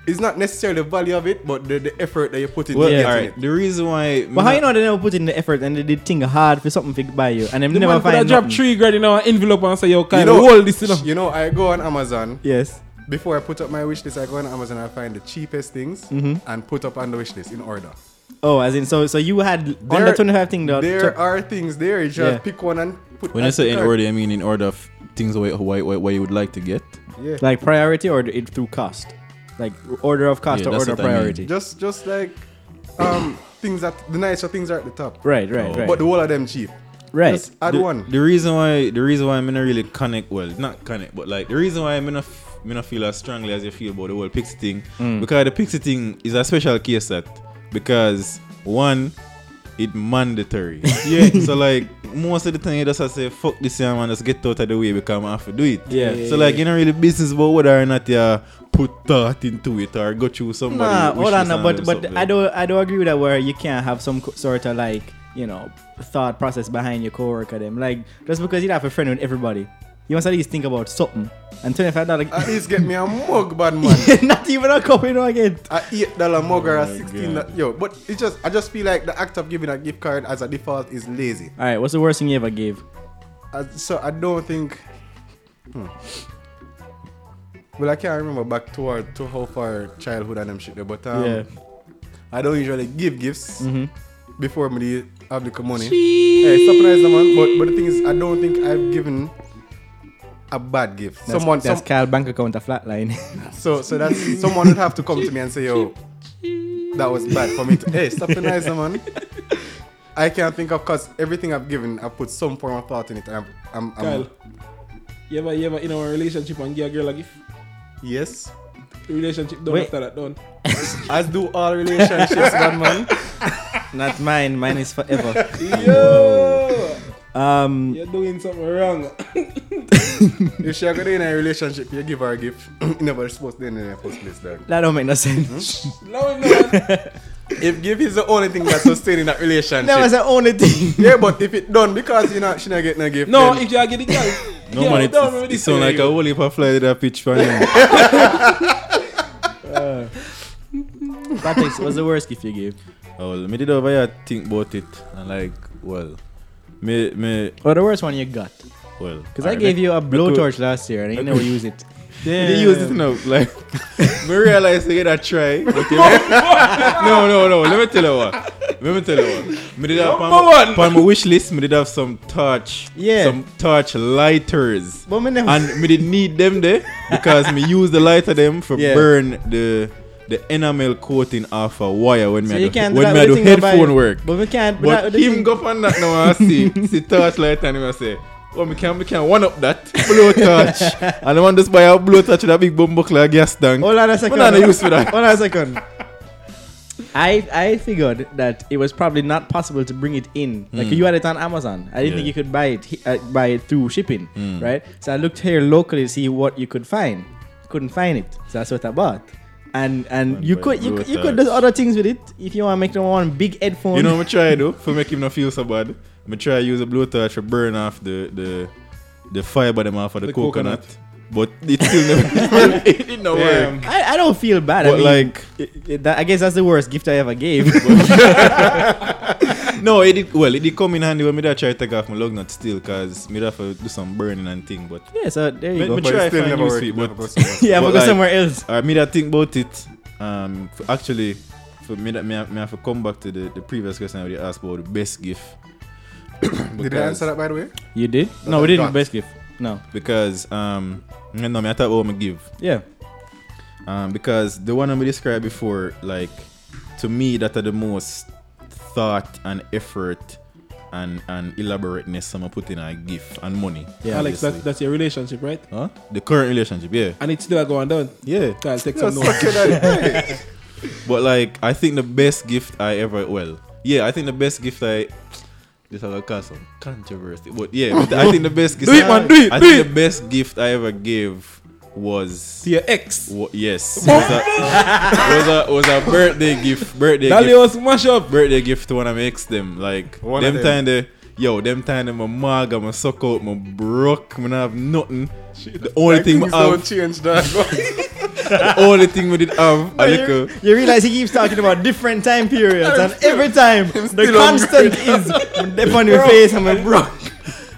Speaker 2: It's not necessarily the value of it, but the, the effort that you put into
Speaker 3: Well,
Speaker 1: Yeah.
Speaker 2: getting
Speaker 3: all right.
Speaker 2: it.
Speaker 3: The reason why,
Speaker 1: But how you know they never put in the effort and they did thing hard for something to buy you and them
Speaker 4: The
Speaker 1: never
Speaker 4: man could have
Speaker 1: find
Speaker 4: dropped
Speaker 1: nothing.
Speaker 4: three grand in our envelope and say, yo,
Speaker 2: You
Speaker 4: Kyle,
Speaker 2: know-
Speaker 4: hold this, you know.
Speaker 2: You know, I go on Amazon.
Speaker 1: Yes.
Speaker 2: Before I put up my wish list, I go on Amazon. I find the cheapest things and put up on the wish list in order.
Speaker 1: Oh, as in so so you had on the
Speaker 2: There-
Speaker 1: twenty five thing though.
Speaker 2: There are things there. You just
Speaker 1: Yeah.
Speaker 2: pick one and put.
Speaker 3: when I
Speaker 2: and
Speaker 3: say in
Speaker 2: pick out.
Speaker 3: order, I mean in order of things why why why, why you would like to get.
Speaker 2: yeah.
Speaker 1: like priority or it through cost, like order of cost
Speaker 3: Yeah,
Speaker 1: or
Speaker 3: that's
Speaker 1: order of
Speaker 3: what I mean.
Speaker 1: priority.
Speaker 2: just just like um things that the nicer things are at the top,
Speaker 1: Right, right,
Speaker 3: Oh.
Speaker 1: right,
Speaker 2: but the whole of them cheap.
Speaker 1: right.
Speaker 2: Just add
Speaker 3: the,
Speaker 2: one.
Speaker 3: The reason why the reason why I'm not really connect well, not connect, but like the reason why I'm not me not feel as strongly as you feel about the whole pixie thing
Speaker 1: Mm.
Speaker 3: because the pixie thing is a special case that because one it mandatory. yeah. So like most of the time you just have to say fuck this young man just get out of the way because I have to do it.
Speaker 1: Yeah.
Speaker 3: So like you know really business about whether or not you put thought into it or go through somebody.
Speaker 1: Nah,
Speaker 3: wish
Speaker 1: hold on,
Speaker 3: list
Speaker 1: no,
Speaker 3: and
Speaker 1: but
Speaker 3: all
Speaker 1: but
Speaker 3: them
Speaker 1: I
Speaker 3: stuff,
Speaker 1: don't I don't agree with that. Where you can't have some co- sort of like you know thought process behind your coworker them. Like just because you don't have a friend with everybody, you must at least think about something. And twenty five dollars,
Speaker 2: At least get me a mug, bad man.
Speaker 1: not even a cup, you know again.
Speaker 2: A eight dollar mug or a
Speaker 3: Oh my
Speaker 2: sixteen.
Speaker 3: God.
Speaker 2: do- Yo, but it's just I just feel like the act of giving a gift card as a default is lazy.
Speaker 1: All right, what's the worst thing you ever gave?
Speaker 2: I, so I don't think. hmm. Well, I can't remember back toward to how far childhood and them shit there, but um,
Speaker 1: Yeah. Mm-hmm.
Speaker 2: I don't usually give gifts before me have the money. Hey, surprise the man. But but the thing is, I don't think I've given a bad gift.
Speaker 1: That's,
Speaker 2: someone
Speaker 1: that's
Speaker 2: some-
Speaker 1: Kyle bank account a flatline.
Speaker 2: so so that's someone would have to come to me and say, yo, that was bad for me. To, hey, surprise the man. I can't think of cause everything I've given, I put some form of thought in it. I'm, I'm, I'm
Speaker 4: Kyle, you ever, you ever in our relationship and give a girl a gift?
Speaker 2: yes.
Speaker 4: The relationship done
Speaker 1: Wait.
Speaker 4: after that, done.
Speaker 2: As do all relationships, bad man.
Speaker 1: not mine. Mine is forever.
Speaker 4: Yo!
Speaker 1: Um,
Speaker 4: You're doing something wrong.
Speaker 2: If she are gonna in a relationship, you give her a gift. you never supposed to in the first place, dog.
Speaker 1: That don't make no sense.
Speaker 4: No, no.
Speaker 2: If give is the only thing that's sustaining that relationship.
Speaker 1: that was the only thing.
Speaker 2: yeah, but if it done because you know she not get no gift.
Speaker 4: no
Speaker 2: then
Speaker 4: if you get it, girl.
Speaker 3: No man, it,
Speaker 4: don't
Speaker 3: it, it sound like a whole heap of Florida pitch for him.
Speaker 1: Patrick, what's the worst gift you gave?
Speaker 3: oh, well, me did over here think about it and like, well, me me
Speaker 1: Or the worst one you got?
Speaker 3: well.
Speaker 1: Because I gave you a blowtorch last year and you never use it.
Speaker 3: Yeah. They use it now. Like, me realize they get a try. but they- no, no, no. Let me tell you what. Let me tell you what. Me did have on my, upon my wish list. Me did have some torch.
Speaker 1: Yeah.
Speaker 3: Some torch lighters.
Speaker 1: But me never.
Speaker 3: and me did need them there because me use the lighter them for
Speaker 1: Yeah.
Speaker 3: burn the the enamel coating off a wire when
Speaker 1: so
Speaker 3: me
Speaker 1: you
Speaker 3: I do,
Speaker 1: can't do
Speaker 3: when
Speaker 1: that
Speaker 3: me I
Speaker 1: with
Speaker 3: do
Speaker 1: the thing whereby-
Speaker 3: headphone work.
Speaker 1: But we can't. do that
Speaker 3: But
Speaker 1: with the
Speaker 3: him
Speaker 1: thing-
Speaker 3: go on that now and see see torch light and him and say, Oh me can we can one up that blow torch. and the man just buy a blow torch with a big bum buckler gas tank.
Speaker 1: Hold on a second.
Speaker 3: What are the use for that?
Speaker 1: Hold on a second. I I figured that it was probably not possible to bring it in. Like you had it on Amazon. I didn't think
Speaker 3: Yeah.
Speaker 1: you could buy it he- uh, buy it through shipping, right? So I looked here locally to see what you could find. Couldn't find it, so that's what I bought. And and
Speaker 3: Went
Speaker 1: you
Speaker 3: by
Speaker 1: could you,
Speaker 3: blue
Speaker 1: could- you could
Speaker 3: touch.
Speaker 1: do other things with it if you want to make them one big headphone.
Speaker 3: You know what I try do for make him not feel so bad. I try use a blow torch to burn off the the the fiber them off of the,
Speaker 4: The coconut.
Speaker 3: coconut. But it still never it didn't work.
Speaker 1: I, I don't feel bad. I
Speaker 3: But
Speaker 1: mean,
Speaker 3: like
Speaker 1: it- it- that, I guess that's the worst gift I ever gave.
Speaker 3: No, it did well. It did come in handy when me da try to take off my lug nut still, cause me da have to do some burning and thing. But
Speaker 1: yeah, so there you
Speaker 3: Me-
Speaker 1: go.
Speaker 3: me
Speaker 2: but it
Speaker 3: try
Speaker 2: still
Speaker 3: find
Speaker 2: never
Speaker 3: use
Speaker 2: work.
Speaker 3: for it,
Speaker 2: never
Speaker 3: but-
Speaker 2: goes somewhere.
Speaker 1: yeah, I'm
Speaker 3: but
Speaker 1: go
Speaker 3: like-
Speaker 1: somewhere else.
Speaker 3: I me that think about it. Um, f- actually, for me that me, have- me have to come back to the, the previous question where you asked about the best gift.
Speaker 2: Did I answer that by the way?
Speaker 1: You did? No,
Speaker 2: I
Speaker 1: we didn't.
Speaker 2: got.
Speaker 1: Best gift. No.
Speaker 3: Because um, no, no, me I thought what me give.
Speaker 1: Yeah.
Speaker 3: Um, because the one I described before, like to me, that are the most thought and effort and and elaborateness I'm putting a gift and money.
Speaker 1: Yeah,
Speaker 4: Alex,
Speaker 3: obviously.
Speaker 4: that, that's your relationship, right?
Speaker 3: huh? The current relationship, yeah,
Speaker 4: And it's still going down.
Speaker 3: yeah.
Speaker 4: I'll take some notes.
Speaker 3: But like, I think the best gift I ever well, yeah, I think the best gift I. This will cause some controversy, but yeah, but I think the best gift.
Speaker 4: Do it, man, do it,
Speaker 3: I
Speaker 4: do
Speaker 3: think
Speaker 4: it.
Speaker 3: the best gift I ever gave was.
Speaker 4: To your ex.
Speaker 3: wa- yes, was a, was a was a birthday gift. Birthday gift.
Speaker 4: Dalio smash up.
Speaker 3: Birthday gift to one of my ex them like
Speaker 2: One of
Speaker 3: them,
Speaker 2: them.
Speaker 3: time they yo them time them my mag I'm a suck out my broke I have nothing. The only
Speaker 2: Like,
Speaker 3: thing we
Speaker 2: things don't
Speaker 3: have,
Speaker 2: change, dog.
Speaker 3: the only thing we did have a little.
Speaker 1: You, you realize he keeps talking about different time periods, and every time the
Speaker 2: still
Speaker 1: constant is dip on your face and my bro.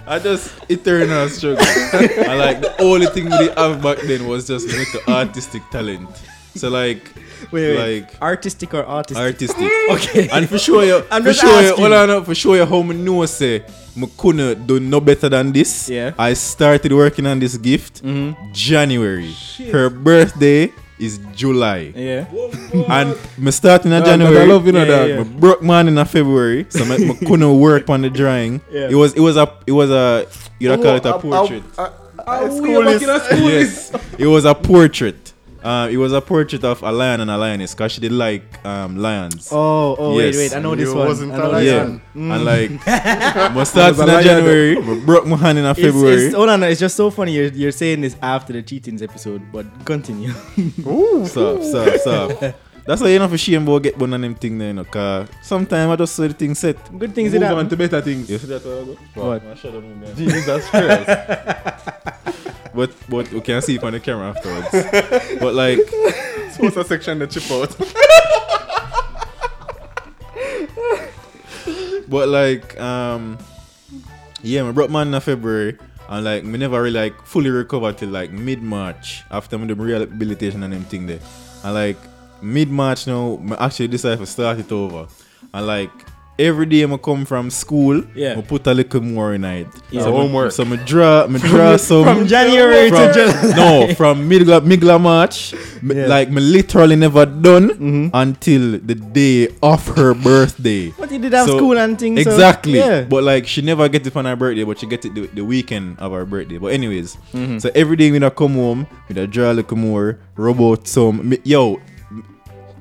Speaker 3: I just eternal struggle. and like the only thing we did have back then was just little artistic talent. So like
Speaker 1: Wait, wait.
Speaker 3: like
Speaker 1: artistic or autistic?
Speaker 3: artistic.
Speaker 1: okay.
Speaker 3: And for sure you
Speaker 1: I'm
Speaker 3: for
Speaker 1: just
Speaker 3: sure you
Speaker 1: asking.
Speaker 3: hold on up, for sure you how me know say me could do no better than this.
Speaker 1: Yeah. Mm-hmm.
Speaker 3: I started working on this gift January. Her birthday is July.
Speaker 1: yeah.
Speaker 3: And me starting in
Speaker 4: Ah,
Speaker 3: January.
Speaker 4: but I love you, know,
Speaker 1: Yeah,
Speaker 4: dog.
Speaker 1: yeah,
Speaker 3: I broke man in a February, so I couldn't work on the drawing.
Speaker 1: Yeah.
Speaker 3: It was it was a it was a you don't call it a
Speaker 2: I'll- I'll-
Speaker 3: portrait.
Speaker 2: I'll-
Speaker 4: Ah, we
Speaker 2: school
Speaker 4: are back
Speaker 2: is-
Speaker 4: in a school
Speaker 3: yes, it was a portrait. Uh, it was a portrait of a lion and a lioness because she did like um, lions.
Speaker 1: Oh, oh,
Speaker 3: Yes.
Speaker 1: wait, wait. I know this
Speaker 2: You
Speaker 1: one.
Speaker 2: wasn't
Speaker 1: I know
Speaker 2: a
Speaker 1: this
Speaker 3: yeah,
Speaker 1: one.
Speaker 3: and like my starting in
Speaker 4: lion.
Speaker 3: January, my broke my hand in a
Speaker 1: It's,
Speaker 3: February.
Speaker 1: It's, hold on, it's just so funny. You're, you're saying this after the cheatings episode, but continue.
Speaker 3: Sup, sup, sup. That's why you know for shame about get born on them thing there, you know, cause sometimes I just saw the thing set.
Speaker 1: Good things
Speaker 3: Move
Speaker 1: that
Speaker 3: on
Speaker 1: happen.
Speaker 3: to better things.
Speaker 1: What?
Speaker 3: Jesus Christ. but but we can see it on the camera afterwards. but like
Speaker 2: Supposed to section the chip out.
Speaker 3: but like um yeah, my broke man in February and like me never really like fully recovered till like mid March after me the rehabilitation and them thing there. And like mid March now, I actually decided to start it over. And like every day I come from school,
Speaker 1: Yeah.
Speaker 3: I put a little more in it.
Speaker 1: Yeah.
Speaker 3: So me-
Speaker 2: Homework.
Speaker 3: So I draw, me draw some
Speaker 1: From January to
Speaker 3: from-
Speaker 1: July.
Speaker 3: no, from middle middle of March, m-
Speaker 1: Yeah. Mm-hmm.
Speaker 3: like me literally never done until the day of her birthday.
Speaker 1: But you did have
Speaker 3: So-
Speaker 1: school and things. so-
Speaker 3: Exactly.
Speaker 1: yeah.
Speaker 3: But like she never gets it on her birthday, but she gets it the, the weekend of her birthday. But anyways, so every day when I come home, with a draw a little more, robot some me- yo.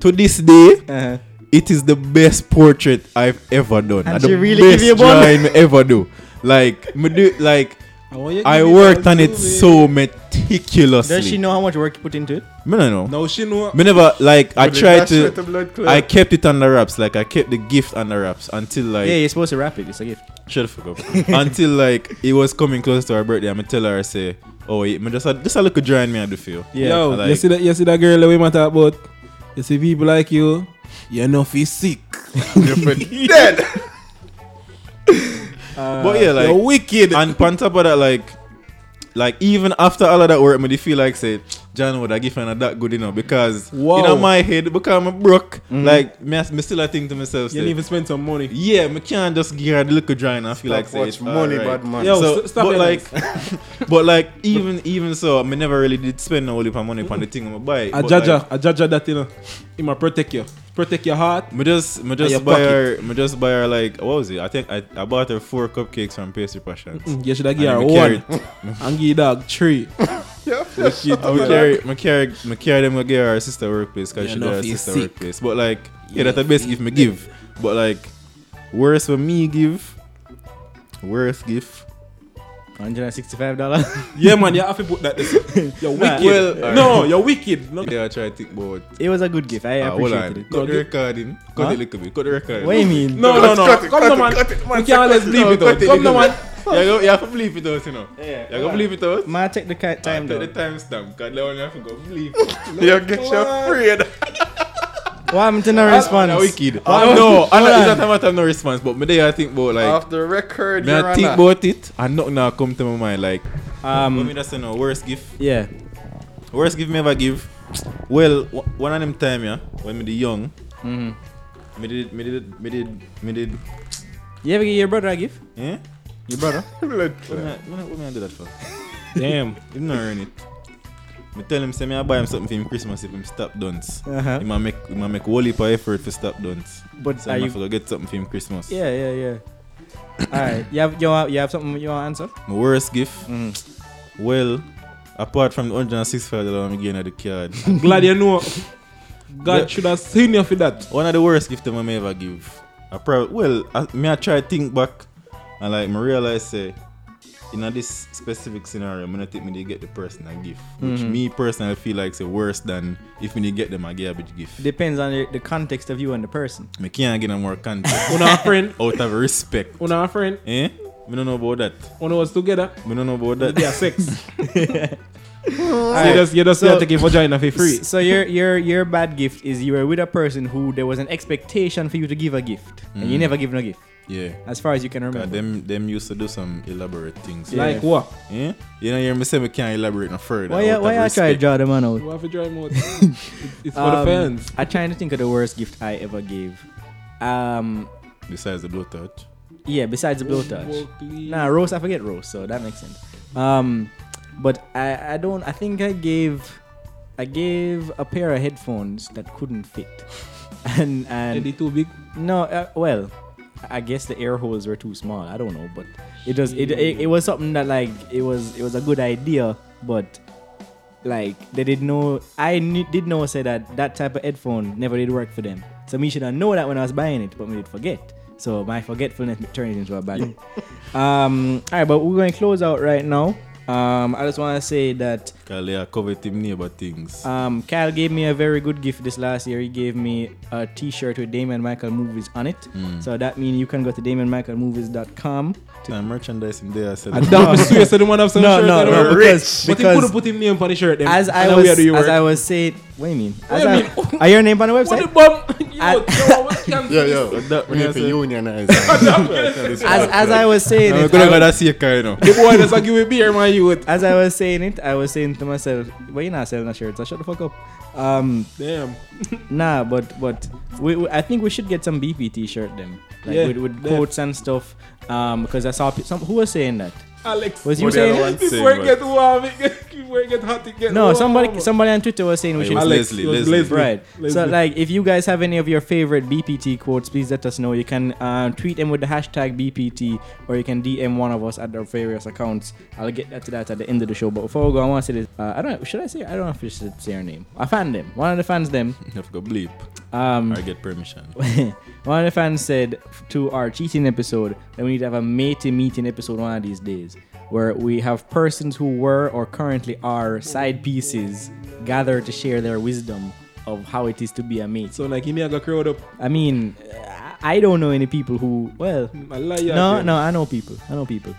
Speaker 3: To this day,
Speaker 1: Uh-huh.
Speaker 3: it is the best portrait I've ever done.
Speaker 1: And
Speaker 3: Uh,
Speaker 1: she
Speaker 3: the
Speaker 1: really
Speaker 3: best
Speaker 1: give you a bun?
Speaker 3: drawing me ever do. Like, me do, like
Speaker 4: I, want you to
Speaker 3: I
Speaker 4: give
Speaker 3: worked
Speaker 4: all
Speaker 3: on
Speaker 4: to
Speaker 3: it
Speaker 4: me.
Speaker 3: so meticulously.
Speaker 1: Does she know how much work you put into it?
Speaker 3: Me no know.
Speaker 4: Now she know.
Speaker 3: Me never like I
Speaker 2: But it
Speaker 3: tried
Speaker 2: dash with the
Speaker 3: to.
Speaker 2: blood clot.
Speaker 3: I kept it under wraps. Like I kept the gift under wraps until like
Speaker 1: Yeah, you're supposed to wrap it. It's a gift.
Speaker 3: Shut the fuck up. Until like it was coming close to her birthday, I'ma tell her I say, Oh yeah, me just a just a little drawing me I do feel.
Speaker 1: Yeah.
Speaker 4: Yo,
Speaker 3: I like-
Speaker 4: you see that? You see that girl that we matter about? You see people like you. You know, fi sick.
Speaker 2: You're dead.
Speaker 3: but yeah,
Speaker 4: You're
Speaker 3: like
Speaker 4: wicked.
Speaker 3: and on top of that, like like even after all of that work, me they feel like say, John would I give her that good enough because
Speaker 4: Wow. Mm-hmm.
Speaker 3: you know my head because I'm broke. Like me, I- me still I think to myself,
Speaker 4: you
Speaker 3: say,
Speaker 4: didn't even spend some money.
Speaker 3: yeah, me can't just give her the little drawing I feel like say
Speaker 2: Watch
Speaker 3: it's
Speaker 2: money,
Speaker 3: alright.
Speaker 2: bad man.
Speaker 4: Yo,
Speaker 3: so,
Speaker 4: st- stop
Speaker 3: but
Speaker 4: it.
Speaker 3: like, but like, even even so, I never really did spend no whole heap of money upon the thing I'm buy.
Speaker 4: A
Speaker 3: but, like,
Speaker 4: Uh, jaja, a jaja that you know, he might protect you, protect your heart.
Speaker 3: Me just, me just
Speaker 4: your
Speaker 3: buy
Speaker 4: pocket.
Speaker 3: her, me just buy her like what was it? I think I, I bought her four cupcakes from Pastry Passions.
Speaker 1: Mm-hmm.
Speaker 4: Mm, You should have
Speaker 3: And
Speaker 4: give her
Speaker 3: me carry
Speaker 4: one and give dog three.
Speaker 3: it. I me carry, me carry, me carry them. Go give her sister workplace
Speaker 4: You
Speaker 3: because she
Speaker 4: know
Speaker 3: did her
Speaker 4: if you
Speaker 3: sister
Speaker 4: sick.
Speaker 3: workplace. But like, yeah, that's the best gift me give. But like, worse for me give, worst gift.
Speaker 1: $165.
Speaker 4: Yeah, man, you have to put that. This you're wicked.
Speaker 3: well, uh,
Speaker 4: no, you're wicked. No,
Speaker 3: Yeah, I try to think about.
Speaker 1: it was a good gift. I
Speaker 3: Ah, hold
Speaker 1: appreciated
Speaker 3: on.
Speaker 1: it.
Speaker 3: Cut the
Speaker 4: No,
Speaker 3: recording. Cut
Speaker 1: Huh?
Speaker 3: it a little bit. Cut the recording.
Speaker 1: What do you mean?
Speaker 4: no, no, no.
Speaker 2: Cut it,
Speaker 4: Come
Speaker 2: cut
Speaker 4: no,
Speaker 2: it,
Speaker 4: man.
Speaker 2: cut it, man.
Speaker 4: You can't just leave it
Speaker 3: cut
Speaker 4: out.
Speaker 3: it,
Speaker 4: Come no,
Speaker 3: leave it
Speaker 4: man.
Speaker 3: You have, you have to bleep it out, you know.
Speaker 1: Yeah,
Speaker 3: You have to bleep it out.
Speaker 1: May I take the ki- time
Speaker 3: Take
Speaker 1: though?
Speaker 3: the timestamp, cause that one you have to go bleep.
Speaker 2: You get your friend.
Speaker 1: What happened to no
Speaker 3: Now
Speaker 1: response?
Speaker 3: wicked. no, I it's not a matter of no response, but me there I think about like
Speaker 2: Off the record,
Speaker 3: me
Speaker 2: you're
Speaker 3: I
Speaker 2: on
Speaker 3: think
Speaker 2: that.
Speaker 3: about it and nothing now come to my mind like um me
Speaker 1: Um,
Speaker 3: that's no worst gift.
Speaker 1: yeah.
Speaker 3: Worst gift me ever give. Well, wh- one of them time yeah, when me the young,
Speaker 1: Mhm.
Speaker 3: me did me did me did me did
Speaker 1: You ever give your brother a gift?
Speaker 3: eh?
Speaker 1: Your brother?
Speaker 2: Blood
Speaker 3: What
Speaker 2: clot.
Speaker 3: me I- what me I- what me I do that for?
Speaker 4: Damn.
Speaker 3: Him not earn it. Me tell him say me I buy him something for him Christmas if him stop dance.
Speaker 1: Uh-huh.
Speaker 3: He might make he might make whole heap of effort for stop dance.
Speaker 1: But
Speaker 3: So
Speaker 1: are
Speaker 3: I
Speaker 1: you?
Speaker 3: forgot get something for him Christmas.
Speaker 1: Yeah, yeah, yeah. All right. You have you have, you have something you want to answer?
Speaker 3: My worst gift,
Speaker 1: Mm.
Speaker 4: Mm-hmm.
Speaker 3: well, apart from the 165 dollars I'm getting at the card,
Speaker 4: Glad you know.
Speaker 3: Yeah.
Speaker 4: God should have seen you for that.
Speaker 3: one of the worst gifts I may ever give. I probably well, I, me I try think back and like me realize say, in a this specific scenario, I'm gonna take me to get the person a gift, which
Speaker 4: Mm-hmm.
Speaker 1: Mhm.
Speaker 3: me personally feel like say worse than if me to get them a garbage gift.
Speaker 1: Depends on the, the context of you and the person.
Speaker 3: me can't get no more content
Speaker 4: Una friend,
Speaker 3: out of respect.
Speaker 4: una friend,
Speaker 3: Eh? Me don't know about that.
Speaker 4: una was together.
Speaker 3: Me don't know about that.
Speaker 4: They are sex.
Speaker 1: All
Speaker 4: You
Speaker 1: right.
Speaker 4: just, you just
Speaker 1: So-
Speaker 4: have to give vagina for free.
Speaker 1: So your your your bad gift is you were with a person who there was an expectation for you to give a gift and you
Speaker 3: Mm.
Speaker 1: never give no gift,
Speaker 3: Yeah.
Speaker 1: as far as you can remember.
Speaker 3: God, them them used to do some elaborate things.
Speaker 1: Yeah.
Speaker 4: Like what?
Speaker 3: Eh? You know, hear me say we can't elaborate no further.
Speaker 1: Why you,
Speaker 3: out of
Speaker 1: why I try to
Speaker 3: respect.
Speaker 1: draw the man out?
Speaker 4: You have to dry mouth. It's it's for the
Speaker 1: Um,
Speaker 4: fans.
Speaker 1: I trying to think of the worst gift I ever gave. Um,
Speaker 3: Besides the blow touch.
Speaker 1: yeah, besides the blowtorch. Nah, roast. I forget roast, so that makes sense. Um, but I I don't. I think I gave I gave a pair of headphones that couldn't fit, and
Speaker 4: And
Speaker 1: and
Speaker 4: they too big.
Speaker 1: no, uh, well, I guess the air holes were too small. I don't know, but it was it, it it was something that like it was it was a good idea, but like they did know I knew, did know say that that type of headphone never did work for them. So me should have known that when I was buying it, but me did forget. So my forgetfulness turned it into a bad. um, all right, but we're going to close out right now. Um, I just want to say that
Speaker 3: Because they are coveting neighbor things.
Speaker 1: um, Kyle gave me a very good gift this last year. He gave me a T-shirt with Damien Michael movies on it.
Speaker 4: Hmm.
Speaker 1: So that means you can go to DamianMichaelMovies.com.
Speaker 3: and merchandise in there. I said,
Speaker 4: I doubt the swear so they want have some
Speaker 1: No,
Speaker 4: shirts.
Speaker 1: no,
Speaker 4: I don't
Speaker 1: no,
Speaker 4: know.
Speaker 1: because,
Speaker 4: But you could
Speaker 1: because
Speaker 4: have put him name on the shirt. Then.
Speaker 1: as I
Speaker 4: And now
Speaker 1: was
Speaker 4: we are doing
Speaker 1: as
Speaker 4: work.
Speaker 1: I was saying, what do you mean?
Speaker 4: What
Speaker 1: As
Speaker 4: do you
Speaker 1: I- are your name on the
Speaker 4: What
Speaker 1: website?
Speaker 4: the bum? Yo,
Speaker 1: I-
Speaker 4: yo, what can
Speaker 2: Yo, yo,
Speaker 3: that-
Speaker 2: we need to
Speaker 3: yeah,
Speaker 2: unionize.
Speaker 1: As,
Speaker 2: As
Speaker 1: as I was saying
Speaker 3: I'm
Speaker 1: it,
Speaker 3: going to
Speaker 1: I,
Speaker 3: go to see a car, you know.
Speaker 4: The boy that's like you with beer, man, you with.
Speaker 1: as I was saying it, I was saying to myself, "Why you not selling a shirt? So shut the fuck up." Um,
Speaker 4: Damn.
Speaker 1: Nah, but but we, we- I think we should get some BP T-shirt then, like
Speaker 4: Yeah,
Speaker 1: with, with
Speaker 4: yeah.
Speaker 1: quotes and stuff. Um, because I saw pe- some who was saying that
Speaker 4: Alex.
Speaker 1: was you
Speaker 2: What the other
Speaker 1: saying it?
Speaker 2: one?
Speaker 4: This
Speaker 2: Same,
Speaker 4: boy
Speaker 2: man.
Speaker 4: get warm. it get- where it get hot, it get
Speaker 1: No,
Speaker 4: warm.
Speaker 1: somebody somebody on Twitter was saying we
Speaker 3: It
Speaker 1: should
Speaker 3: was
Speaker 4: Alex,
Speaker 3: Leslie,
Speaker 4: it was
Speaker 3: Leslie.
Speaker 4: Leslie.
Speaker 1: Right. So,
Speaker 4: Leslie.
Speaker 1: like, if you guys have any of your favorite BPT quotes, please let us know. You can uh, tweet them with the hashtag BPT, or you can DM one of us at our various accounts. I'll get that to that at the end of the show. But before we go, I want to say this. Uh, I don't. Should I say? I don't know if I should say her name. I fan them. One of the fans them.
Speaker 5: You have to go bleep
Speaker 1: Um,
Speaker 5: or get permission.
Speaker 1: one of the fans said to our cheating episode that we need to have a mating meeting episode one of these days where we have persons who were or currently are side pieces gather to share their wisdom of how it is to be a mate.
Speaker 4: So like, you need to crowd up.
Speaker 1: I mean, I I don't know any people who, well,
Speaker 4: I lie
Speaker 1: no, no, I know people. I know people.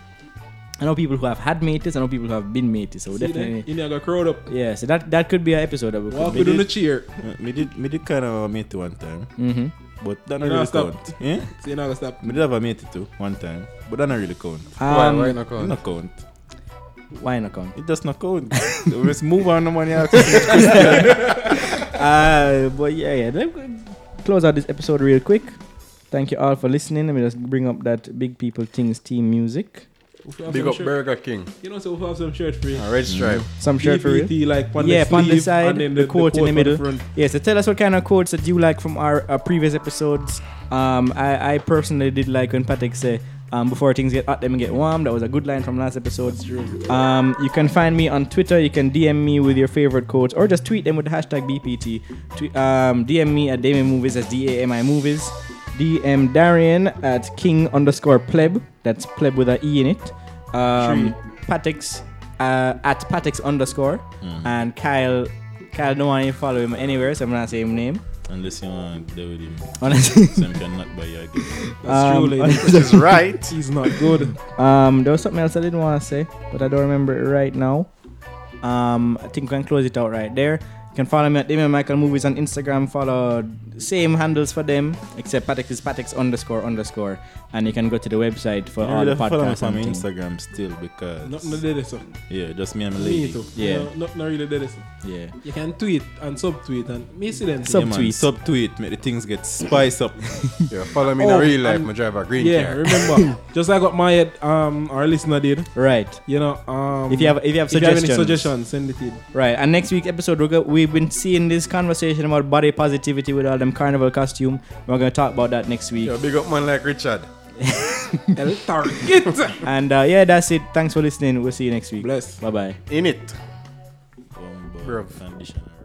Speaker 1: I know people who have had mates. I know people who have been mates. So definitely,
Speaker 4: You need to crowd up.
Speaker 1: yeah. So that that could be an episode that we could
Speaker 4: Walk
Speaker 1: make.
Speaker 4: with on the cheer.
Speaker 5: Uh, me did me did kind of have a mate one time,
Speaker 1: Mhm.
Speaker 5: but that
Speaker 4: You
Speaker 5: not
Speaker 4: know,
Speaker 5: really
Speaker 4: stop.
Speaker 5: count. Yeah,
Speaker 4: So you not gonna stop.
Speaker 5: me did have a mate too one time, but that not really count.
Speaker 2: Why,
Speaker 1: Um,
Speaker 2: why
Speaker 1: why,
Speaker 2: not
Speaker 5: It
Speaker 2: call?
Speaker 5: not count.
Speaker 1: not come?
Speaker 5: It does not count. So Let's move on. No money. else.
Speaker 1: Uh, but yeah, yeah. Let me close out this episode real quick. Thank you all for listening. Let me just bring up that Big People Things team music.
Speaker 4: If you have
Speaker 2: Big
Speaker 4: some
Speaker 2: up
Speaker 4: shirt-
Speaker 2: Burger King.
Speaker 4: You know, so we have some shirt for you.
Speaker 2: And Red Stripe.
Speaker 1: Some shirt for real.
Speaker 4: PPT, like on
Speaker 1: Yeah,
Speaker 4: the
Speaker 1: on the
Speaker 4: sleeve,
Speaker 1: side,
Speaker 4: and then
Speaker 1: the quote in the
Speaker 4: on
Speaker 1: middle.
Speaker 4: front.
Speaker 1: Yeah, so tell us what kind of quotes that you like from our uh, previous episodes. Um, I, I personally did like when Patrick said, um, before things get hot, them get warm. That was a good line from last episode. Um, you can find me on Twitter. You can DM me with your favorite quotes or just tweet them with the hashtag BPT. Tweet, um, DM me at Damien Movies. That's D A M I Movies. DM Darian at King underscore pleb. That's pleb with a E in it. Um, Patex uh, at Patex underscore and Kyle. Kyle, no one follow him anywhere, so I'm not saying his name.
Speaker 5: Unless you want to deal with him,
Speaker 1: Honestly,
Speaker 5: so you cannot buy your gift.
Speaker 4: That's
Speaker 1: Um,
Speaker 4: true, lady.
Speaker 2: Which is right.
Speaker 4: He's not good.
Speaker 1: um, there was something else I didn't want to say, but I don't remember it right now. Um, I think we can close it out right there. You can follow me at Damien Michael Movies on Instagram. Follow same handles for them, except Patex is Patex underscore underscore, and you can go to the website for
Speaker 5: You
Speaker 1: all
Speaker 5: really
Speaker 1: the
Speaker 5: have to follow me
Speaker 1: podcasts.
Speaker 5: from
Speaker 1: and things.
Speaker 5: Instagram still because
Speaker 4: Nothing to do this. so.
Speaker 5: yeah, just me and my
Speaker 4: Me
Speaker 5: lady.
Speaker 4: too.
Speaker 1: Yeah.
Speaker 4: No, Nothing really do this. so.
Speaker 1: Yeah.
Speaker 4: You can tweet and subtweet and me see them.
Speaker 1: Sub-
Speaker 5: Yeah, man,
Speaker 1: Subtweet.
Speaker 5: subtweet, make the things get spice up.
Speaker 2: Yeah, follow me in
Speaker 4: Oh,
Speaker 2: the real life.
Speaker 4: and-
Speaker 2: I drive a green
Speaker 4: yeah,
Speaker 2: car.
Speaker 4: remember, just like what my head, um, our listener did.
Speaker 1: Right.
Speaker 4: You know, um,
Speaker 1: If you have if you have
Speaker 4: if you have
Speaker 1: suggestions,
Speaker 4: any suggestions, send it in.
Speaker 1: Right, and next week's episode, we're go- we've been seeing this conversation about body positivity with all them carnival costume. We're gonna talk about that next week.
Speaker 2: Yeah, big up man like Richard.
Speaker 4: El Target.
Speaker 1: And uh, yeah, that's it. Thanks for listening. We'll see you next week.
Speaker 4: Bless.
Speaker 1: Bye bye.
Speaker 2: In it.
Speaker 5: Combo,
Speaker 2: Bruv.
Speaker 5: conditioner.